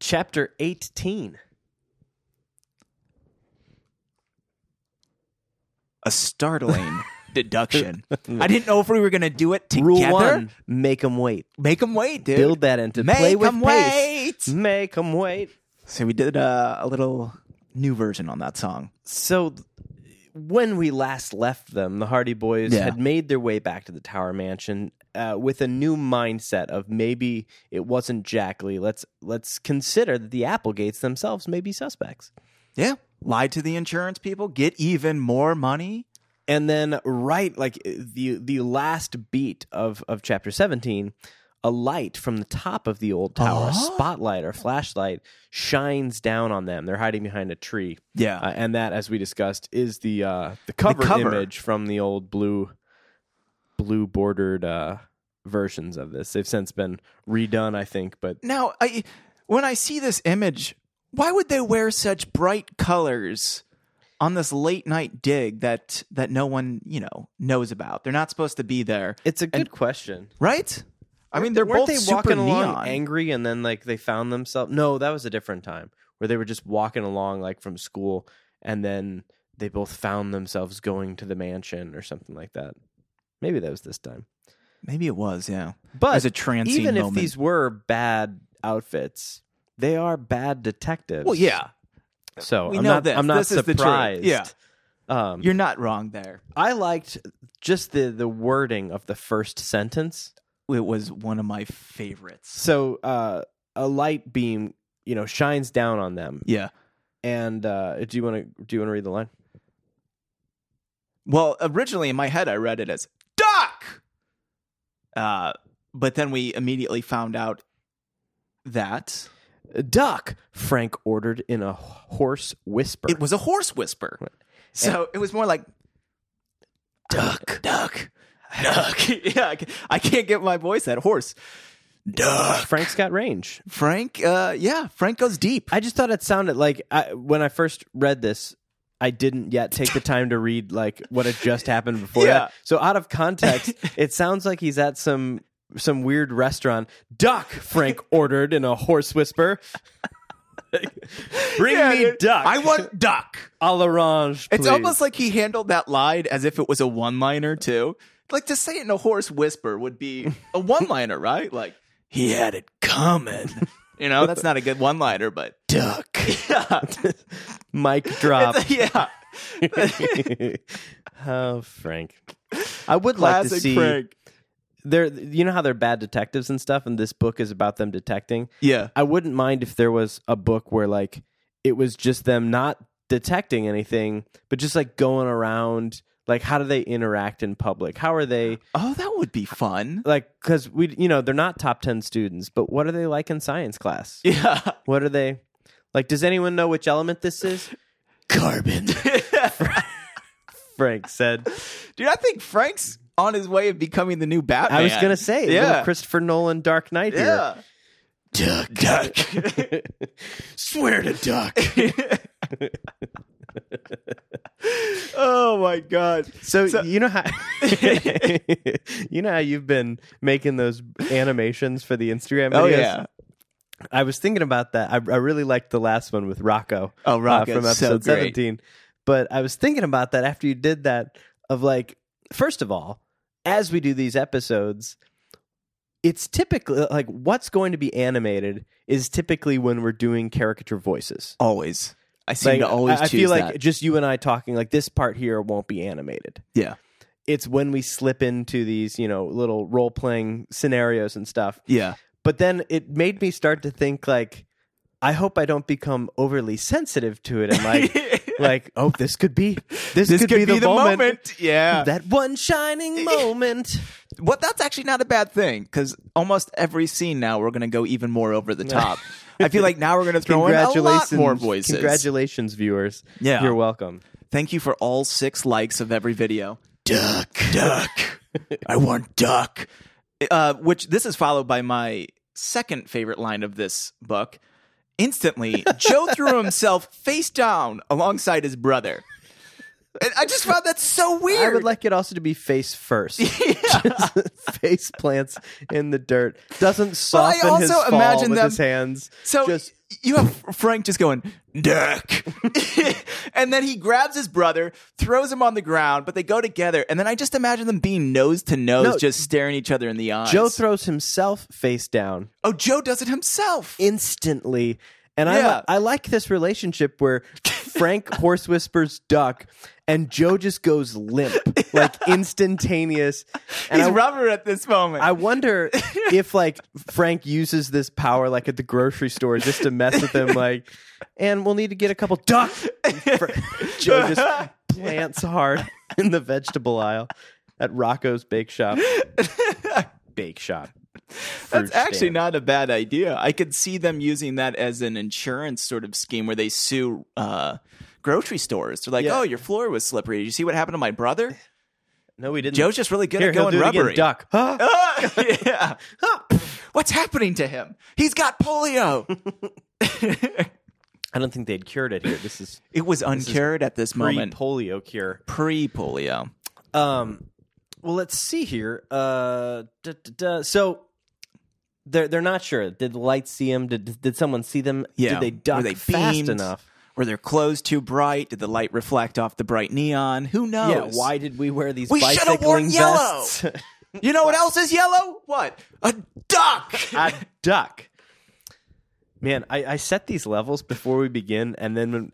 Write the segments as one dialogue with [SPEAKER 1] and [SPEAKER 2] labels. [SPEAKER 1] chapter 18.
[SPEAKER 2] A startling deduction. I didn't know if we were going to do it together.
[SPEAKER 1] Rule one make them wait.
[SPEAKER 2] Make them wait, dude.
[SPEAKER 1] Build that into
[SPEAKER 2] Make
[SPEAKER 1] play with
[SPEAKER 2] 'em
[SPEAKER 1] pace.
[SPEAKER 2] wait.
[SPEAKER 1] Make them wait.
[SPEAKER 2] So we did uh, a little new version on that song.
[SPEAKER 1] So th- when we last left them, the Hardy Boys
[SPEAKER 2] Yeah.
[SPEAKER 1] had made their way back to the Tower Mansion uh, with a new mindset of maybe it wasn't Jack Lee. Let's let's consider that the Applegates themselves may be suspects.
[SPEAKER 2] Yeah. Lied to the insurance people, get even more money.
[SPEAKER 1] And then right like eh, the the last beat of of chapter 17, a light from the top of the old tower, a
[SPEAKER 2] Uh-huh.
[SPEAKER 1] spotlight or flashlight shines down on them. They're hiding behind a tree.
[SPEAKER 2] Yeah.
[SPEAKER 1] Uh, and that, as we discussed, is the uh, the cover,
[SPEAKER 2] cover.
[SPEAKER 1] image from the old blue blue bordered uh, versions of this. They've since been redone, I think. But
[SPEAKER 2] Now, I when I see this image, why would they wear such bright colors on this late night dig that that no one, you know, knows about? They're not supposed to be there,
[SPEAKER 1] it's a good question.
[SPEAKER 2] right? I mean, they're
[SPEAKER 1] Weren't
[SPEAKER 2] both
[SPEAKER 1] they
[SPEAKER 2] super
[SPEAKER 1] walking
[SPEAKER 2] neon.
[SPEAKER 1] along angry, and then like they found themselves? No, that was a different time where they were just walking along like from school, and then they both found themselves going to the mansion or something like that. Maybe that was this time.
[SPEAKER 2] Maybe it was, yeah.
[SPEAKER 1] But
[SPEAKER 2] As a transient
[SPEAKER 1] even
[SPEAKER 2] moment.
[SPEAKER 1] if these were bad outfits, they are bad detectives.
[SPEAKER 2] well, yeah,
[SPEAKER 1] So
[SPEAKER 2] We
[SPEAKER 1] I'm
[SPEAKER 2] know
[SPEAKER 1] not,
[SPEAKER 2] this.
[SPEAKER 1] I'm not
[SPEAKER 2] This is the truth.
[SPEAKER 1] surprised.
[SPEAKER 2] Yeah.
[SPEAKER 1] Um,
[SPEAKER 2] you're not wrong there.
[SPEAKER 1] I liked just the, the wording of the first sentence.
[SPEAKER 2] It was one of my favorites.
[SPEAKER 1] So uh, a light beam, you know, shines down on them.
[SPEAKER 2] Yeah.
[SPEAKER 1] And uh, do you want to do you want to read the line?
[SPEAKER 2] Well, originally in my head, I read it as duck. Uh, but then we immediately found out that
[SPEAKER 1] Duck, Frank ordered in a hoarse whisper.
[SPEAKER 2] it was a horse whisper. So it was more like duck, duck, duck. yeah, I ca- I can't get my voice that horse. Duck.
[SPEAKER 1] Frank's got range.
[SPEAKER 2] Frank, uh, yeah, Frank goes deep.
[SPEAKER 1] I just thought it sounded like I, when I first read this, I didn't yet take the time to read like what had just happened before
[SPEAKER 2] Yeah.
[SPEAKER 1] that. So out of context, it sounds like he's at some some weird restaurant. Duck, Frank ordered in a hoarse whisper. Bring
[SPEAKER 2] Yeah,
[SPEAKER 1] me
[SPEAKER 2] dude.
[SPEAKER 1] duck.
[SPEAKER 2] I want duck.
[SPEAKER 1] a l'orange.
[SPEAKER 2] It's
[SPEAKER 1] please."
[SPEAKER 2] almost like he handled that line as if it was a one liner, too. Like to say it in a hoarse whisper would be a one liner, right? Like, he had it coming. You know, that's not a good one liner, but duck. Yeah.
[SPEAKER 1] mic drop.
[SPEAKER 2] yeah.
[SPEAKER 1] oh, Frank. I would like to
[SPEAKER 2] Classic
[SPEAKER 1] see
[SPEAKER 2] Frank.
[SPEAKER 1] they're you know how they're bad detectives and stuff, and this book is about them detecting.
[SPEAKER 2] Yeah.
[SPEAKER 1] I wouldn't mind if there was a book where like it was just them not detecting anything, but just like going around like how do they interact in public? How are they
[SPEAKER 2] Oh, that would be fun.
[SPEAKER 1] like cuz we you know, they're not top 10 students, but what are they like in science class?
[SPEAKER 2] Yeah.
[SPEAKER 1] What are they like does anyone know which element this is?
[SPEAKER 2] Carbon.
[SPEAKER 1] Frank said.
[SPEAKER 2] Dude, I think Frank's on his way of becoming the new Batman.
[SPEAKER 1] I was going to say
[SPEAKER 2] Yeah.
[SPEAKER 1] little Christopher Nolan Dark Knight here.
[SPEAKER 2] yeah. Duck, duck. Swear to duck. oh my god.
[SPEAKER 1] So, you know how you know how you've been making those animations for the Instagram videos?
[SPEAKER 2] Oh yeah.
[SPEAKER 1] I was thinking about that. I, I really liked the last one with Rocco.
[SPEAKER 2] Oh,
[SPEAKER 1] uh,
[SPEAKER 2] Rocco's
[SPEAKER 1] from
[SPEAKER 2] so
[SPEAKER 1] episode
[SPEAKER 2] great.
[SPEAKER 1] seventeen. But I was thinking about that after you did that. Of like, first of all, as we do these episodes, it's typically like what's going to be animated is typically when we're doing caricature voices.
[SPEAKER 2] Always. I
[SPEAKER 1] Like,
[SPEAKER 2] seem to always
[SPEAKER 1] I, I
[SPEAKER 2] choose
[SPEAKER 1] feel like
[SPEAKER 2] that.
[SPEAKER 1] just you and I talking. Like this part here won't be animated
[SPEAKER 2] Yeah.
[SPEAKER 1] it's when we slip into these, you know, little role playing scenarios and stuff.
[SPEAKER 2] Yeah.
[SPEAKER 1] But then it made me start to think like I hope I don't become overly sensitive to it and like like oh this could be this,
[SPEAKER 2] This
[SPEAKER 1] could, be, the, moment,
[SPEAKER 2] Yeah.
[SPEAKER 1] that one shining moment.
[SPEAKER 2] What that's actually not a bad thing cuz almost every scene now we're going to go even more over the top. I feel like now we're going to throw in a lot
[SPEAKER 1] Congratulations
[SPEAKER 2] more voices.
[SPEAKER 1] Congratulations viewers.
[SPEAKER 2] Yeah.
[SPEAKER 1] You're welcome.
[SPEAKER 2] Thank you for all six likes of every video. Duck, duck. I want duck. Uh, which this is followed by my second favorite line of this book. Instantly, Joe threw himself face down alongside his brother. And I just found that so weird.
[SPEAKER 1] I would like it also to be face first. Just face plants in the dirt. Doesn't soften his
[SPEAKER 2] also
[SPEAKER 1] fall
[SPEAKER 2] imagine
[SPEAKER 1] with
[SPEAKER 2] them-
[SPEAKER 1] his hands.
[SPEAKER 2] So
[SPEAKER 1] Just-
[SPEAKER 2] you have Frank just going, Dirk. and then he grabs his brother, throws him on the ground, but they go together. And then I just imagine them being nose to nose,
[SPEAKER 1] No.
[SPEAKER 2] just staring each other in the eyes.
[SPEAKER 1] Joe throws himself face down
[SPEAKER 2] oh, Joe does it himself.
[SPEAKER 1] instantly. And I,
[SPEAKER 2] Yeah.
[SPEAKER 1] li- I like this relationship where Frank horse whispers duck and Joe just goes limp, like instantaneous. And
[SPEAKER 2] He's
[SPEAKER 1] I,
[SPEAKER 2] rubber at this moment.
[SPEAKER 1] I wonder if like Frank uses this power like at the grocery store just to mess with them, like, and we'll need to get a couple duck. And Fra- Joe just plants hard in the vegetable aisle at Rocco's Bake Shop. Bake Shop.
[SPEAKER 2] That's
[SPEAKER 1] Fruit
[SPEAKER 2] actually
[SPEAKER 1] stand.
[SPEAKER 2] not a bad idea. I could see them using that as an insurance sort of scheme where they sue uh, grocery stores. They're like,
[SPEAKER 1] Yeah.
[SPEAKER 2] oh, your floor was slippery. Did you see what happened to my brother?
[SPEAKER 1] No, we didn't.
[SPEAKER 2] Joe's just really good
[SPEAKER 1] Here,
[SPEAKER 2] at
[SPEAKER 1] he'll
[SPEAKER 2] going
[SPEAKER 1] do it again.
[SPEAKER 2] rubbery.
[SPEAKER 1] Duck. Huh?
[SPEAKER 2] Ah, yeah. What's happening to him? He's got polio.
[SPEAKER 1] I don't think they'd cured it here. This is
[SPEAKER 2] It was uncured at this
[SPEAKER 1] pre
[SPEAKER 2] moment.
[SPEAKER 1] polio cure.
[SPEAKER 2] Pre polio.
[SPEAKER 1] Um, well, let's see here. Uh, duh, duh, duh. so they're they're not sure. Did the lights see them? Did did someone see them?
[SPEAKER 2] Yeah.
[SPEAKER 1] Did they duck
[SPEAKER 2] Were they
[SPEAKER 1] fast
[SPEAKER 2] beamed?
[SPEAKER 1] enough?
[SPEAKER 2] Were their clothes too bright? Did the light reflect off the bright neon? Who knows?
[SPEAKER 1] Yeah. Why did we wear these?
[SPEAKER 2] Oh, We shoulda
[SPEAKER 1] bicycling
[SPEAKER 2] worn yellow!
[SPEAKER 1] vests?
[SPEAKER 2] You know what else is yellow? What? A duck.
[SPEAKER 1] A duck. Man, I, I set these levels before we begin, and then when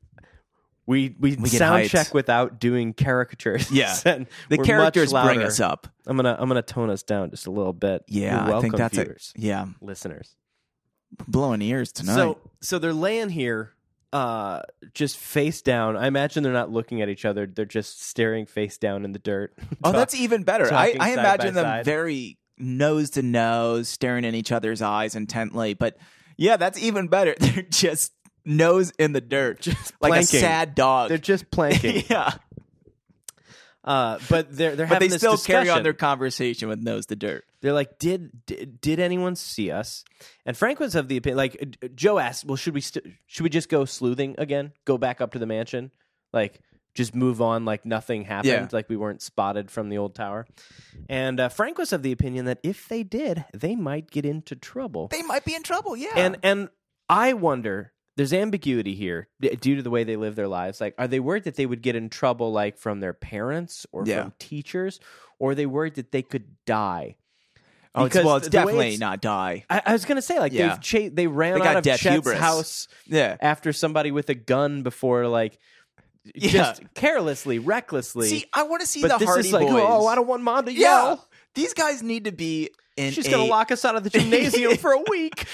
[SPEAKER 1] we we,
[SPEAKER 2] We get
[SPEAKER 1] sound
[SPEAKER 2] hyped.
[SPEAKER 1] check without doing caricatures.
[SPEAKER 2] Yeah.
[SPEAKER 1] And
[SPEAKER 2] the
[SPEAKER 1] we're much
[SPEAKER 2] characters bring
[SPEAKER 1] louder.
[SPEAKER 2] us up.
[SPEAKER 1] I'm gonna I'm gonna tone us down just a little bit. You're
[SPEAKER 2] Yeah,
[SPEAKER 1] welcome,
[SPEAKER 2] I think that's
[SPEAKER 1] viewers,
[SPEAKER 2] a yeah.
[SPEAKER 1] listeners.
[SPEAKER 2] Blowing ears tonight.
[SPEAKER 1] So so they're laying here uh just face down. I imagine they're not looking at each other. They're just staring face down in the dirt.
[SPEAKER 2] oh, that's even better. I,
[SPEAKER 1] talking
[SPEAKER 2] I
[SPEAKER 1] side
[SPEAKER 2] imagine
[SPEAKER 1] by
[SPEAKER 2] them
[SPEAKER 1] side.
[SPEAKER 2] very nose to nose, staring in each other's eyes intently. But yeah, that's even better. They're just nose in the dirt, just like
[SPEAKER 1] planking.
[SPEAKER 2] a sad dog.
[SPEAKER 1] they're just planking.
[SPEAKER 2] yeah,
[SPEAKER 1] uh but they're they're
[SPEAKER 2] but
[SPEAKER 1] having
[SPEAKER 2] they
[SPEAKER 1] this
[SPEAKER 2] still
[SPEAKER 1] discussion.
[SPEAKER 2] carry on their conversation with nose to dirt.
[SPEAKER 1] They're like, did, did did anyone see us? And Frank was of the opinion, like uh, Joe asked, well, should we st- should we just go sleuthing again? Go back up to the mansion, like just move on, like nothing happened,
[SPEAKER 2] Yeah.
[SPEAKER 1] like we weren't spotted from the old tower. And uh, Frank was of the opinion that if they did, they might get into trouble.
[SPEAKER 2] They might be in trouble. Yeah,
[SPEAKER 1] And and I wonder, there's ambiguity here d- due to the way they live their lives. Like, are they worried that they would get in trouble, like from their parents or
[SPEAKER 2] Yeah.
[SPEAKER 1] from teachers, or are they worried that they could die?
[SPEAKER 2] oh, it's,
[SPEAKER 1] because
[SPEAKER 2] well, it's
[SPEAKER 1] the way
[SPEAKER 2] definitely
[SPEAKER 1] it's-
[SPEAKER 2] not die.
[SPEAKER 1] I, I was gonna say like
[SPEAKER 2] Yeah.
[SPEAKER 1] they've cha- they ran
[SPEAKER 2] They got
[SPEAKER 1] out of
[SPEAKER 2] deaf
[SPEAKER 1] Chet's
[SPEAKER 2] hubris.
[SPEAKER 1] house
[SPEAKER 2] Yeah.
[SPEAKER 1] after somebody with a gun before like
[SPEAKER 2] Yeah.
[SPEAKER 1] just carelessly, recklessly.
[SPEAKER 2] See, I want to see
[SPEAKER 1] but
[SPEAKER 2] the
[SPEAKER 1] this
[SPEAKER 2] Hardy
[SPEAKER 1] is like,
[SPEAKER 2] Boys.
[SPEAKER 1] oh, I don't want mom to
[SPEAKER 2] yeah.
[SPEAKER 1] yell.
[SPEAKER 2] These guys need to be in
[SPEAKER 1] She's
[SPEAKER 2] a
[SPEAKER 1] gonna lock us out of the gymnasium for a week.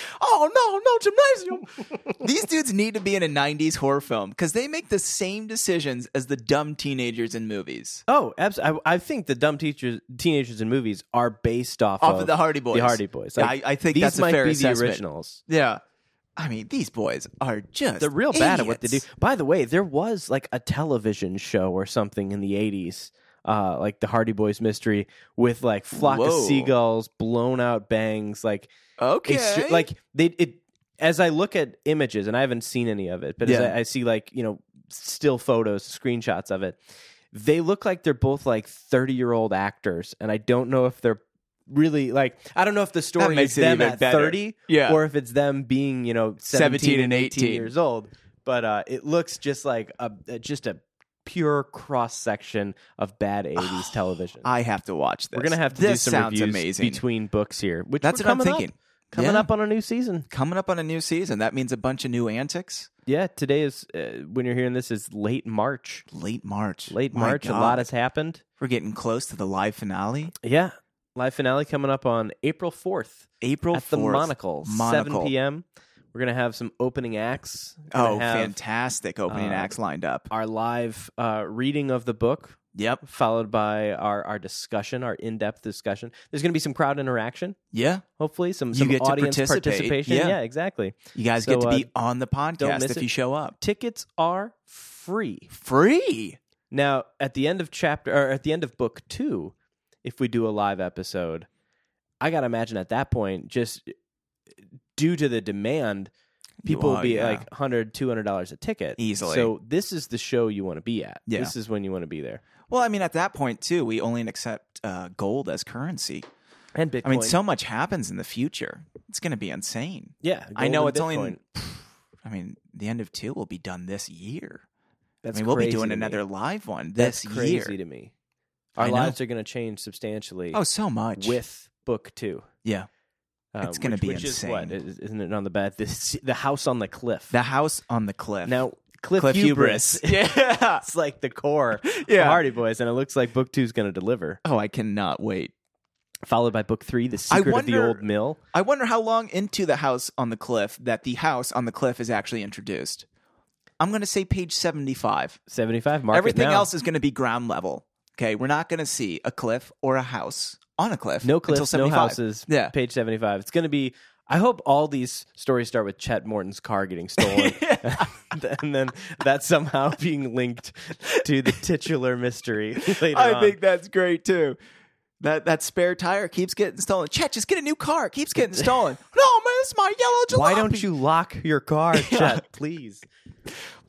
[SPEAKER 2] Oh no, no gymnasium. These dudes need to be in a '90s horror film because they make the same decisions as the dumb teenagers in movies.
[SPEAKER 1] Oh, absolutely. I, I think the dumb teachers, teenagers in movies are based off,
[SPEAKER 2] Off of the Hardy Boys.
[SPEAKER 1] The Hardy Boys.
[SPEAKER 2] Yeah,
[SPEAKER 1] Like,
[SPEAKER 2] I, I think
[SPEAKER 1] these
[SPEAKER 2] that's a
[SPEAKER 1] might
[SPEAKER 2] fair
[SPEAKER 1] be the
[SPEAKER 2] assessment.
[SPEAKER 1] originals.
[SPEAKER 2] Yeah, I mean, these boys are just
[SPEAKER 1] They're real bad at what they do.
[SPEAKER 2] idiots.
[SPEAKER 1] By the way, there was like a television show or something in the eighties, uh, like the Hardy Boys mystery with like flock
[SPEAKER 2] Whoa.
[SPEAKER 1] of seagulls, blown out bangs, like a
[SPEAKER 2] Okay,
[SPEAKER 1] str- like they it. As I look at images, and I haven't seen any of it, but as
[SPEAKER 2] Yeah.
[SPEAKER 1] I, I see like you know still photos, screenshots of it, they look like they're both like thirty year old actors, and I don't know if they're really like I don't know if the story
[SPEAKER 2] makes
[SPEAKER 1] is
[SPEAKER 2] it
[SPEAKER 1] them
[SPEAKER 2] even
[SPEAKER 1] at
[SPEAKER 2] better.
[SPEAKER 1] thirty
[SPEAKER 2] yeah,
[SPEAKER 1] or if it's them being you know 17,
[SPEAKER 2] 17
[SPEAKER 1] and
[SPEAKER 2] and
[SPEAKER 1] 18,
[SPEAKER 2] 18.
[SPEAKER 1] years old but uh, it looks just like a, a- just a pure cross section of bad 80s television
[SPEAKER 2] I have to watch this.
[SPEAKER 1] we're gonna have to
[SPEAKER 2] this
[SPEAKER 1] do some
[SPEAKER 2] sounds
[SPEAKER 1] reviews
[SPEAKER 2] amazing.
[SPEAKER 1] between books here which
[SPEAKER 2] that's
[SPEAKER 1] we're
[SPEAKER 2] what I'm
[SPEAKER 1] coming up-
[SPEAKER 2] thinking.
[SPEAKER 1] coming
[SPEAKER 2] Yeah.
[SPEAKER 1] up on a new season
[SPEAKER 2] Coming up on a new season, that means a bunch of new antics.
[SPEAKER 1] yeah today is uh, when you're hearing this is late march
[SPEAKER 2] Late March,
[SPEAKER 1] late
[SPEAKER 2] My
[SPEAKER 1] march
[SPEAKER 2] God.
[SPEAKER 1] a lot has happened
[SPEAKER 2] We're getting close to the live finale.
[SPEAKER 1] yeah live finale coming up on april 4th
[SPEAKER 2] April
[SPEAKER 1] at the
[SPEAKER 2] 4th.
[SPEAKER 1] monocle, 7
[SPEAKER 2] Monocle.
[SPEAKER 1] p.m we're gonna have some opening acts We're gonna
[SPEAKER 2] Oh,
[SPEAKER 1] have
[SPEAKER 2] fantastic opening
[SPEAKER 1] um,
[SPEAKER 2] acts lined up.
[SPEAKER 1] our live uh, reading of the book
[SPEAKER 2] Yep.
[SPEAKER 1] followed by our our discussion, our in depth discussion. There's going to be some crowd interaction,
[SPEAKER 2] Yeah.
[SPEAKER 1] hopefully some
[SPEAKER 2] You
[SPEAKER 1] some
[SPEAKER 2] get to
[SPEAKER 1] audience
[SPEAKER 2] participate.
[SPEAKER 1] participation.
[SPEAKER 2] Yeah.
[SPEAKER 1] exactly.
[SPEAKER 2] You guys
[SPEAKER 1] So,
[SPEAKER 2] get to
[SPEAKER 1] uh,
[SPEAKER 2] be on the podcast
[SPEAKER 1] miss
[SPEAKER 2] if
[SPEAKER 1] it.
[SPEAKER 2] you show up.
[SPEAKER 1] Tickets are free.
[SPEAKER 2] Free.
[SPEAKER 1] Now, at the end of chapter or at the end of book two, if we do a live episode, I gotta imagine at that point, just due to the demand, people
[SPEAKER 2] are,
[SPEAKER 1] would be
[SPEAKER 2] yeah.
[SPEAKER 1] like 100 200 dollars a ticket
[SPEAKER 2] Easily.
[SPEAKER 1] so this is the show you want to be at
[SPEAKER 2] Yeah.
[SPEAKER 1] this is when you want to be there
[SPEAKER 2] Well, I mean, at that point too, we only accept uh, gold as currency.
[SPEAKER 1] and bitcoin
[SPEAKER 2] I mean, so much happens in the future. It's going to be insane.
[SPEAKER 1] yeah
[SPEAKER 2] I
[SPEAKER 1] gold
[SPEAKER 2] know
[SPEAKER 1] and
[SPEAKER 2] it's only.
[SPEAKER 1] Bitcoin.
[SPEAKER 2] I mean, the end of two will be done this year.
[SPEAKER 1] that's
[SPEAKER 2] I mean, we'll
[SPEAKER 1] crazy
[SPEAKER 2] be doing
[SPEAKER 1] to me.
[SPEAKER 2] another live one
[SPEAKER 1] that's
[SPEAKER 2] this
[SPEAKER 1] crazy
[SPEAKER 2] year.
[SPEAKER 1] to me our
[SPEAKER 2] I know.
[SPEAKER 1] lives are going to change substantially
[SPEAKER 2] Oh, so much.
[SPEAKER 1] with book 2
[SPEAKER 2] yeah,
[SPEAKER 1] um,
[SPEAKER 2] It's gonna
[SPEAKER 1] which-
[SPEAKER 2] be
[SPEAKER 1] which is what
[SPEAKER 2] insane.
[SPEAKER 1] Is- isn't it on the bat this the house on the cliff
[SPEAKER 2] the house on the cliff.
[SPEAKER 1] now cliff,
[SPEAKER 2] cliff
[SPEAKER 1] hubris,
[SPEAKER 2] hubris. yeah,
[SPEAKER 1] it's like the core
[SPEAKER 2] yeah.
[SPEAKER 1] of hardy boys and it looks like book 2 is going to deliver
[SPEAKER 2] Oh, I cannot wait.
[SPEAKER 1] followed by book 3 the
[SPEAKER 2] I
[SPEAKER 1] secret of the
[SPEAKER 2] wonder-
[SPEAKER 1] old mill
[SPEAKER 2] I wonder how long into the house on the cliff that the house on the cliff is actually introduced. I'm going to say page 75.
[SPEAKER 1] 75 market
[SPEAKER 2] Everything
[SPEAKER 1] now.
[SPEAKER 2] else is going to be ground level. Okay, we're not going to see a cliff or a house on a cliff.
[SPEAKER 1] No
[SPEAKER 2] until
[SPEAKER 1] cliffs, no
[SPEAKER 2] 75.
[SPEAKER 1] houses.
[SPEAKER 2] Yeah.
[SPEAKER 1] Page 75. It's going to be. I hope all these stories start with Chet Morton's car getting stolen. and then that somehow being linked to the titular mystery later
[SPEAKER 2] I
[SPEAKER 1] on.
[SPEAKER 2] think that's great too. That that spare tire keeps getting stolen. Chet, just get a new car. It keeps getting stolen. no, man, it's my yellow jalopy.
[SPEAKER 1] Why don't you lock your car, Chet, please?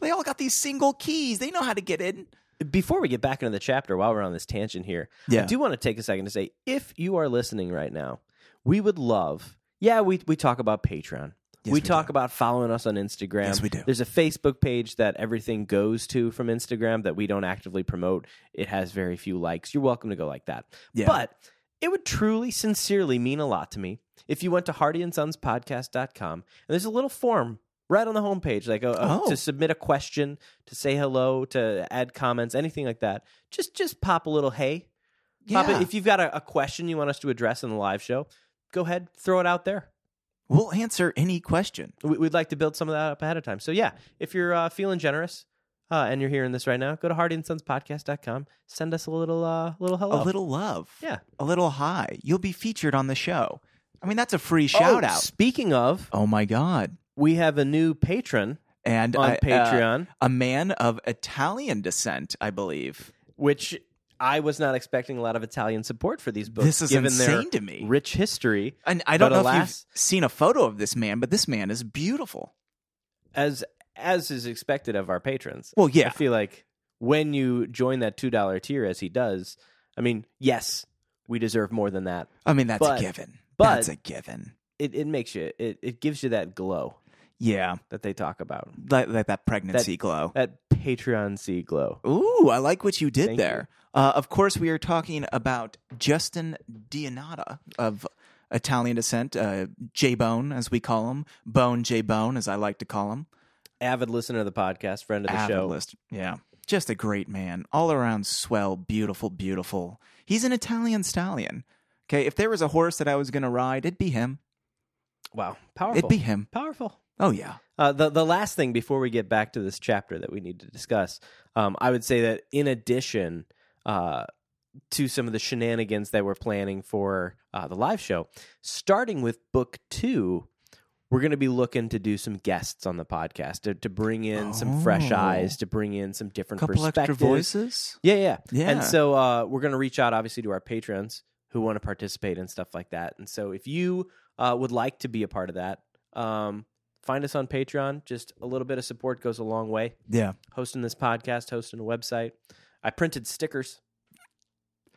[SPEAKER 2] They all got these single keys. They know how to get in.
[SPEAKER 1] Before we get back into the chapter, while we're on this tangent here, I do want to take a second to say if you are listening right now, we would love. Yeah, we we talk about Patreon. we,
[SPEAKER 2] Yes, we
[SPEAKER 1] talk
[SPEAKER 2] do.
[SPEAKER 1] about following us on Instagram.
[SPEAKER 2] Yes, we do.
[SPEAKER 1] There's a Facebook page that everything goes to from Instagram that we don't actively promote. It has very few likes. You're welcome to go like that.
[SPEAKER 2] Yeah.
[SPEAKER 1] But it would truly, sincerely mean a lot to me if you went to hardyandsonspodcast.com and there's a little form right on the homepage, like a, a-
[SPEAKER 2] Oh.
[SPEAKER 1] to submit a question, to say hello, to add comments, anything like that. Just just pop a little hey. Pop it.
[SPEAKER 2] Yeah.
[SPEAKER 1] If you've got a, a question you want us to address in the live show, go ahead, throw it out there.
[SPEAKER 2] we'll answer any question.
[SPEAKER 1] We- We'd like to build some of that up ahead of time. So, yeah, if you're uh, feeling generous uh, and you're hearing this right now, go to hardyandsonspodcast.com. Send us a little uh, little hello.
[SPEAKER 2] A little love.
[SPEAKER 1] Yeah.
[SPEAKER 2] A little hi. You'll be featured on the show. I mean, that's a free
[SPEAKER 1] Oh,
[SPEAKER 2] shout out.
[SPEAKER 1] Speaking of,
[SPEAKER 2] Oh my god.
[SPEAKER 1] we have a new patron
[SPEAKER 2] And
[SPEAKER 1] on
[SPEAKER 2] I- uh,
[SPEAKER 1] Patreon,
[SPEAKER 2] a man of Italian descent, I believe.
[SPEAKER 1] which I was not expecting a lot of Italian support for these books,
[SPEAKER 2] This is
[SPEAKER 1] given
[SPEAKER 2] insane
[SPEAKER 1] their
[SPEAKER 2] to me.
[SPEAKER 1] rich history.
[SPEAKER 2] And I don't
[SPEAKER 1] But
[SPEAKER 2] know
[SPEAKER 1] alas-
[SPEAKER 2] if you've seen a photo of this man, but this man is beautiful.
[SPEAKER 1] as as is expected of our patrons.
[SPEAKER 2] Well, yeah.
[SPEAKER 1] I feel like when you join that two dollar tier, as he does, I mean, yes, we deserve more than that.
[SPEAKER 2] I mean, that's
[SPEAKER 1] But-
[SPEAKER 2] a given.
[SPEAKER 1] but-
[SPEAKER 2] that's a given.
[SPEAKER 1] It it makes you it, it gives you that glow
[SPEAKER 2] Yeah,
[SPEAKER 1] that they talk about
[SPEAKER 2] like, like that pregnancy glow.
[SPEAKER 1] that Patreon C glow.
[SPEAKER 2] Ooh, I like what you did
[SPEAKER 1] Thank
[SPEAKER 2] there. Uh, of course, we are talking about Justin Dionata of Italian descent, uh, J Bone, as we call him, Bone J Bone, as I like to call him.
[SPEAKER 1] Avid listener of the podcast, friend of the
[SPEAKER 2] Avid
[SPEAKER 1] show.
[SPEAKER 2] list- Yeah. Just a great man. All around swell, beautiful, beautiful. He's an Italian stallion. Okay. If there was a horse that I was going to ride, it'd be him.
[SPEAKER 1] Wow, powerful.
[SPEAKER 2] It'd be him.
[SPEAKER 1] powerful.
[SPEAKER 2] Oh, yeah.
[SPEAKER 1] Uh, the the last thing before we get back to this chapter that we need to discuss, um, I would say that in addition uh, to some of the shenanigans that we're planning for uh, the live show, starting with book two, we're going to be looking to do some guests on the podcast to, to bring in some fresh
[SPEAKER 2] Oh.
[SPEAKER 1] eyes, to bring in some
[SPEAKER 2] A
[SPEAKER 1] different
[SPEAKER 2] couple extra
[SPEAKER 1] perspectives.
[SPEAKER 2] voices.
[SPEAKER 1] Yeah, yeah,
[SPEAKER 2] Yeah.
[SPEAKER 1] And so uh, we're going to reach out, obviously, to our patrons who want to participate and stuff like that. And so if you uh, would like to be a part of that, um, find us on Patreon. Just a little bit of support goes a long way.
[SPEAKER 2] yeah.
[SPEAKER 1] Hosting this podcast, hosting a website. I printed stickers.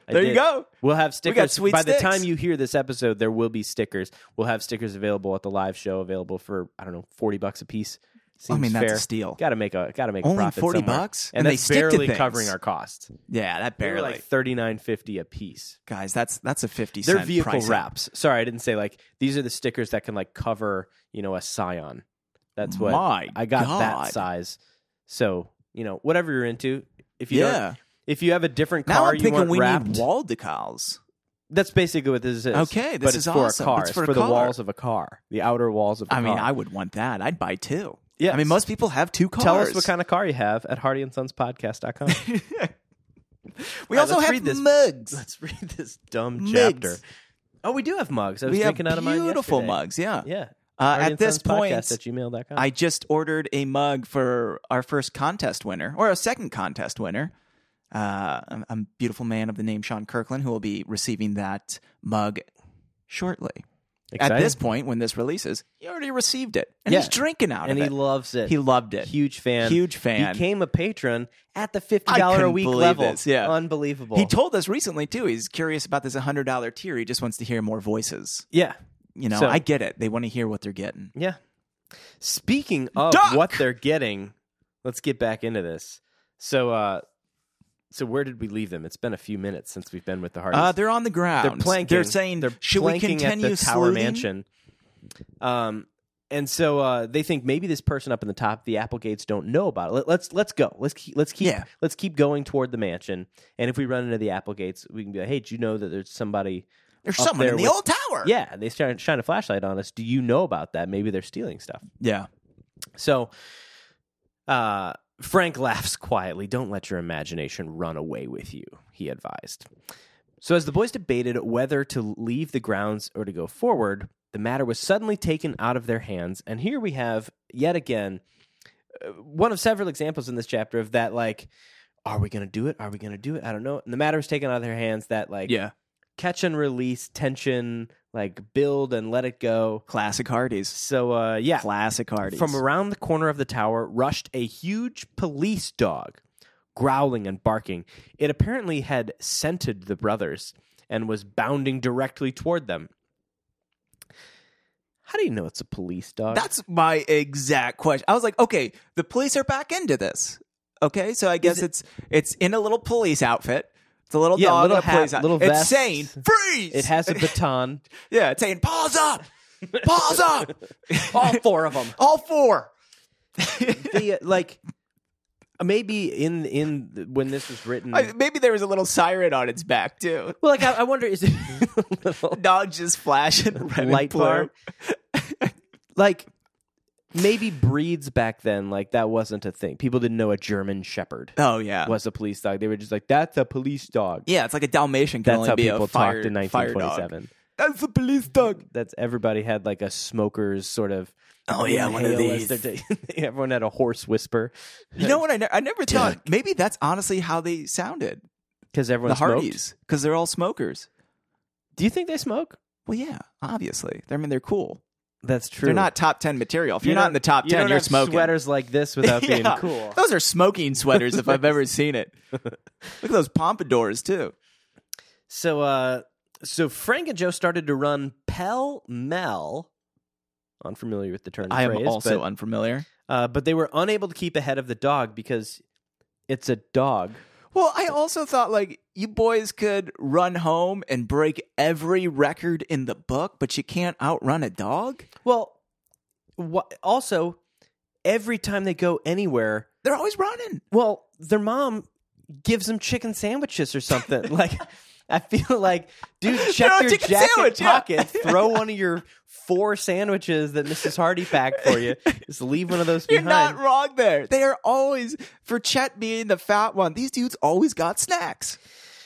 [SPEAKER 1] I
[SPEAKER 2] there you
[SPEAKER 1] did.
[SPEAKER 2] go.
[SPEAKER 1] We'll have
[SPEAKER 2] We
[SPEAKER 1] stickers.
[SPEAKER 2] got sweet
[SPEAKER 1] By the
[SPEAKER 2] sticks.
[SPEAKER 1] time you hear this episode, there will be stickers. We'll have stickers available at the live show, available for I don't know, forty bucks a piece. Seems
[SPEAKER 2] I mean, that's
[SPEAKER 1] fair.
[SPEAKER 2] a steal.
[SPEAKER 1] Gotta make a gotta make a
[SPEAKER 2] Only
[SPEAKER 1] profit
[SPEAKER 2] 40
[SPEAKER 1] somewhere.
[SPEAKER 2] bucks?
[SPEAKER 1] and,
[SPEAKER 2] And they
[SPEAKER 1] that's
[SPEAKER 2] stick to
[SPEAKER 1] barely
[SPEAKER 2] things.
[SPEAKER 1] covering our costs.
[SPEAKER 2] Yeah, that
[SPEAKER 1] They were
[SPEAKER 2] barely.
[SPEAKER 1] like thirty nine fifty a piece.
[SPEAKER 2] Guys, that's that's a 50
[SPEAKER 1] They're
[SPEAKER 2] cent
[SPEAKER 1] vehicle
[SPEAKER 2] price up.
[SPEAKER 1] wraps. Sorry, I didn't say like these are the stickers that can like cover you know a Scion. That's what
[SPEAKER 2] My
[SPEAKER 1] I got
[SPEAKER 2] God.
[SPEAKER 1] that size. So you know whatever you're into, if you don't,
[SPEAKER 2] yeah.
[SPEAKER 1] if you have a different
[SPEAKER 2] Now
[SPEAKER 1] car
[SPEAKER 2] I'm
[SPEAKER 1] you
[SPEAKER 2] thinking
[SPEAKER 1] want
[SPEAKER 2] we
[SPEAKER 1] wrapped,
[SPEAKER 2] need wall decals.
[SPEAKER 1] that's basically what this is.
[SPEAKER 2] Okay, this
[SPEAKER 1] but it's
[SPEAKER 2] is
[SPEAKER 1] for
[SPEAKER 2] awesome.
[SPEAKER 1] a car.
[SPEAKER 2] It's
[SPEAKER 1] It's
[SPEAKER 2] for a
[SPEAKER 1] the
[SPEAKER 2] car.
[SPEAKER 1] walls of a car, the outer walls of. a
[SPEAKER 2] I mean,
[SPEAKER 1] car.
[SPEAKER 2] I would want that. I'd buy two.
[SPEAKER 1] Yes.
[SPEAKER 2] I mean, most people have two cars.
[SPEAKER 1] tell us what kind of car you have at HardyandSonsPodcast.com.
[SPEAKER 2] We
[SPEAKER 1] All right,
[SPEAKER 2] also
[SPEAKER 1] let's
[SPEAKER 2] have
[SPEAKER 1] read this.
[SPEAKER 2] mugs.
[SPEAKER 1] Let's read this dumb
[SPEAKER 2] Mugs.
[SPEAKER 1] chapter. Oh, we do have mugs. I was
[SPEAKER 2] We have
[SPEAKER 1] drinking out of mine.
[SPEAKER 2] beautiful
[SPEAKER 1] yesterday.
[SPEAKER 2] mugs. Yeah.
[SPEAKER 1] Yeah.
[SPEAKER 2] Uh, at this point,
[SPEAKER 1] at gmail.com.
[SPEAKER 2] I just ordered a mug for our first contest winner, or a second contest winner. Uh, a, a beautiful man of the name Sean Kirkland, who will be receiving that mug shortly.
[SPEAKER 1] Exciting.
[SPEAKER 2] At this point, when this releases, he already received it, and
[SPEAKER 1] Yeah.
[SPEAKER 2] he's drinking out
[SPEAKER 1] and
[SPEAKER 2] of
[SPEAKER 1] he
[SPEAKER 2] it.
[SPEAKER 1] loves it.
[SPEAKER 2] he loved it.
[SPEAKER 1] Huge fan.
[SPEAKER 2] Huge fan.
[SPEAKER 1] Became a patron at the fifty
[SPEAKER 2] I
[SPEAKER 1] dollar a
[SPEAKER 2] couldn't
[SPEAKER 1] week
[SPEAKER 2] believe
[SPEAKER 1] level.
[SPEAKER 2] this, yeah.
[SPEAKER 1] unbelievable.
[SPEAKER 2] He told us recently too. He's curious about this hundred dollar tier. He just wants to hear more voices.
[SPEAKER 1] yeah,
[SPEAKER 2] You know,
[SPEAKER 1] So-
[SPEAKER 2] I get it. They want to hear what they're getting.
[SPEAKER 1] yeah. Speaking of
[SPEAKER 2] Duck!
[SPEAKER 1] what they're getting, let's get back into this. So, uh so where did we leave them? It's been a few minutes since we've been with the hardest.
[SPEAKER 2] Uh, they're on the ground.
[SPEAKER 1] they're planking.
[SPEAKER 2] They're saying,
[SPEAKER 1] they're
[SPEAKER 2] "Should we
[SPEAKER 1] planking
[SPEAKER 2] continue
[SPEAKER 1] at the Tower
[SPEAKER 2] sleuthing?"
[SPEAKER 1] Mansion?" Um, and so uh, they think maybe this person up in the top, the Applegates, don't know about it. Let, let's let's go. Let's keep let's keep
[SPEAKER 2] Yeah.
[SPEAKER 1] let's keep going toward the mansion. And if we run into the Applegates, we can be like, "Hey, do you know that there's somebody?"
[SPEAKER 2] There's
[SPEAKER 1] up
[SPEAKER 2] someone
[SPEAKER 1] there
[SPEAKER 2] in the
[SPEAKER 1] with-
[SPEAKER 2] old tower."
[SPEAKER 1] Yeah, and they shine, shine a flashlight on us. Do you know about that? Maybe they're stealing stuff.
[SPEAKER 2] yeah.
[SPEAKER 1] So, uh, Frank laughs quietly. Don't let your imagination run away with you, he advised. So, as the boys debated whether to leave the grounds or to go forward, the matter was suddenly taken out of their hands. And here we have, yet again, uh, one of several examples in this chapter of that, like, are we going to do it? Are we going to do it? I don't know. And the matter was taken out of their hands that, like,
[SPEAKER 2] Yeah.
[SPEAKER 1] catch and release tension, like, build and let it go.
[SPEAKER 2] Classic Hardy's.
[SPEAKER 1] So, uh, yeah.
[SPEAKER 2] Classic Hardy's.
[SPEAKER 1] From around the corner of the tower rushed a huge police dog, growling and barking. It apparently had scented the brothers and was bounding directly toward them. How do you know it's a police dog?
[SPEAKER 2] That's my exact question. I was like, okay, the police are back into this. Okay, so I guess it's it's in a little police outfit. It's a little
[SPEAKER 1] Yeah,
[SPEAKER 2] dog,
[SPEAKER 1] little
[SPEAKER 2] in a
[SPEAKER 1] hat,
[SPEAKER 2] police outfit.
[SPEAKER 1] little vest.
[SPEAKER 2] It's saying freeze.
[SPEAKER 1] it has a baton.
[SPEAKER 2] yeah, it's saying pause up, pause up.
[SPEAKER 1] All four of them.
[SPEAKER 2] All four.
[SPEAKER 1] The, uh, like maybe in in the- when this was written.
[SPEAKER 2] I, maybe there was a little siren on its back too.
[SPEAKER 1] well, like I, I wonder is it a little
[SPEAKER 2] Dog just flashing red
[SPEAKER 1] light
[SPEAKER 2] and blue.
[SPEAKER 1] bar. like maybe breeds back then, like that wasn't a thing. People didn't know a German Shepherd
[SPEAKER 2] Oh yeah,
[SPEAKER 1] was a police dog. They were just like, "That's a police dog."
[SPEAKER 2] yeah. It's like a Dalmatian can
[SPEAKER 1] That's
[SPEAKER 2] only
[SPEAKER 1] how
[SPEAKER 2] be a
[SPEAKER 1] people
[SPEAKER 2] fire-
[SPEAKER 1] talked in
[SPEAKER 2] fire dog.
[SPEAKER 1] 1927.
[SPEAKER 2] That's a police dog.
[SPEAKER 1] That's everybody had like a smoker's sort of.
[SPEAKER 2] Oh yeah, one of
[SPEAKER 1] inhale as
[SPEAKER 2] these.
[SPEAKER 1] they're ta- Everyone had a horse whisper
[SPEAKER 2] You know what? I, ne- I never thought. Maybe that's honestly how they sounded.
[SPEAKER 1] because everyone
[SPEAKER 2] the
[SPEAKER 1] smoked.
[SPEAKER 2] Hardys, because they're all smokers.
[SPEAKER 1] Do you think they smoke?
[SPEAKER 2] Well, yeah, obviously. I mean, they're cool.
[SPEAKER 1] That's true.
[SPEAKER 2] They're not top ten material. If
[SPEAKER 1] You
[SPEAKER 2] you're not
[SPEAKER 1] don't-
[SPEAKER 2] in the top
[SPEAKER 1] you
[SPEAKER 2] ten,
[SPEAKER 1] don't
[SPEAKER 2] are
[SPEAKER 1] have
[SPEAKER 2] smoking.
[SPEAKER 1] sweaters like this without being
[SPEAKER 2] Yeah.
[SPEAKER 1] cool.
[SPEAKER 2] Those are smoking sweaters if I've ever seen it. Look at those pompadours too.
[SPEAKER 1] So, uh, so Frank and Joe started to run pell mell. Unfamiliar with the term.
[SPEAKER 2] I am
[SPEAKER 1] phrase,
[SPEAKER 2] also
[SPEAKER 1] but,
[SPEAKER 2] unfamiliar.
[SPEAKER 1] uh, but they were unable to keep ahead of the dog because it's a dog.
[SPEAKER 2] Well, I also thought like you boys could run home and break every record in the book, but you can't outrun a dog.
[SPEAKER 1] Well, wha- also, every time they go anywhere,
[SPEAKER 2] They're always running.
[SPEAKER 1] well, their mom gives them chicken sandwiches or something. like, I feel like, dude, check
[SPEAKER 2] on a
[SPEAKER 1] your
[SPEAKER 2] chicken
[SPEAKER 1] jacket
[SPEAKER 2] sandwich, yeah.
[SPEAKER 1] pocket. Throw one of your four sandwiches that Mrs. Hardy packed for you. Just leave one of those
[SPEAKER 2] You're
[SPEAKER 1] behind.
[SPEAKER 2] not wrong there. They are always for Chet being the fat one. These dudes always got snacks.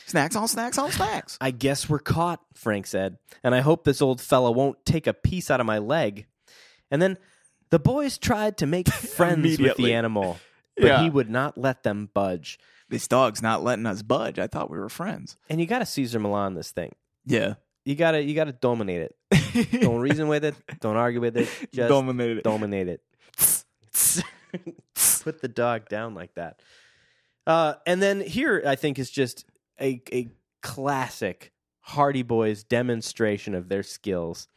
[SPEAKER 2] Snacks on snacks on snacks.
[SPEAKER 1] I guess we're caught, Frank said, and I hope this old fella won't take a piece out of my leg. And then the boys tried to make friends with the
[SPEAKER 2] Immediately.
[SPEAKER 1] animal, but
[SPEAKER 2] Yeah.
[SPEAKER 1] he would not let them budge.
[SPEAKER 2] This dog's not letting us budge. I thought we were friends.
[SPEAKER 1] And you got to Caesar Milan this thing.
[SPEAKER 2] Yeah.
[SPEAKER 1] You gotta you gotta dominate it. Don't reason with it. Don't argue with it. Just
[SPEAKER 2] Dominated.
[SPEAKER 1] dominate it. Put the dog down like that. Uh, and then here, I think is just a a classic Hardy Boys demonstration of their skills.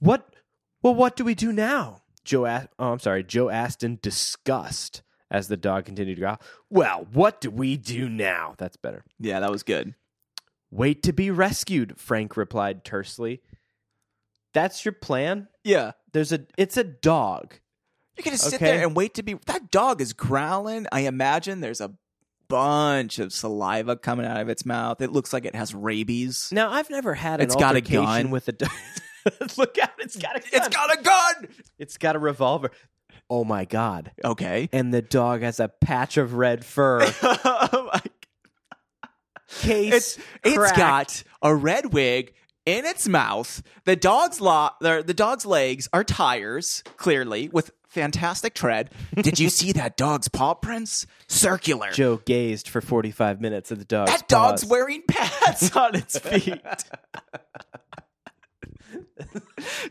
[SPEAKER 1] What? Well, what do we do now? Joe. A- oh, I'm sorry. Joe asked in disgust as the dog continued to growl. Well, what do we do now? That's better.
[SPEAKER 2] Yeah, that was good.
[SPEAKER 1] Wait to be rescued, Frank replied tersely. That's your plan?
[SPEAKER 2] Yeah.
[SPEAKER 1] There's a it's a dog.
[SPEAKER 2] You're going to sit
[SPEAKER 1] Okay.
[SPEAKER 2] there and wait to be. That dog is growling. I imagine there's a bunch of saliva coming out of its mouth. It looks like it has rabies.
[SPEAKER 1] Now I've never had an
[SPEAKER 2] It's got a
[SPEAKER 1] altercation
[SPEAKER 2] gun.
[SPEAKER 1] with a dog. Look out, it's got a gun.
[SPEAKER 2] It's got a gun.
[SPEAKER 1] it's got a revolver. Oh my god.
[SPEAKER 2] Okay.
[SPEAKER 1] And the dog has a patch of red fur. Case
[SPEAKER 2] it's it's
[SPEAKER 1] cracked.
[SPEAKER 2] got a red wig in its mouth. The dog's lo- the, the dog's legs are tires, clearly with fantastic tread. Did you see that dog's paw prints? Circular.
[SPEAKER 1] Joe gazed for 45 minutes at the dog.
[SPEAKER 2] that dog's wearing pads on its feet.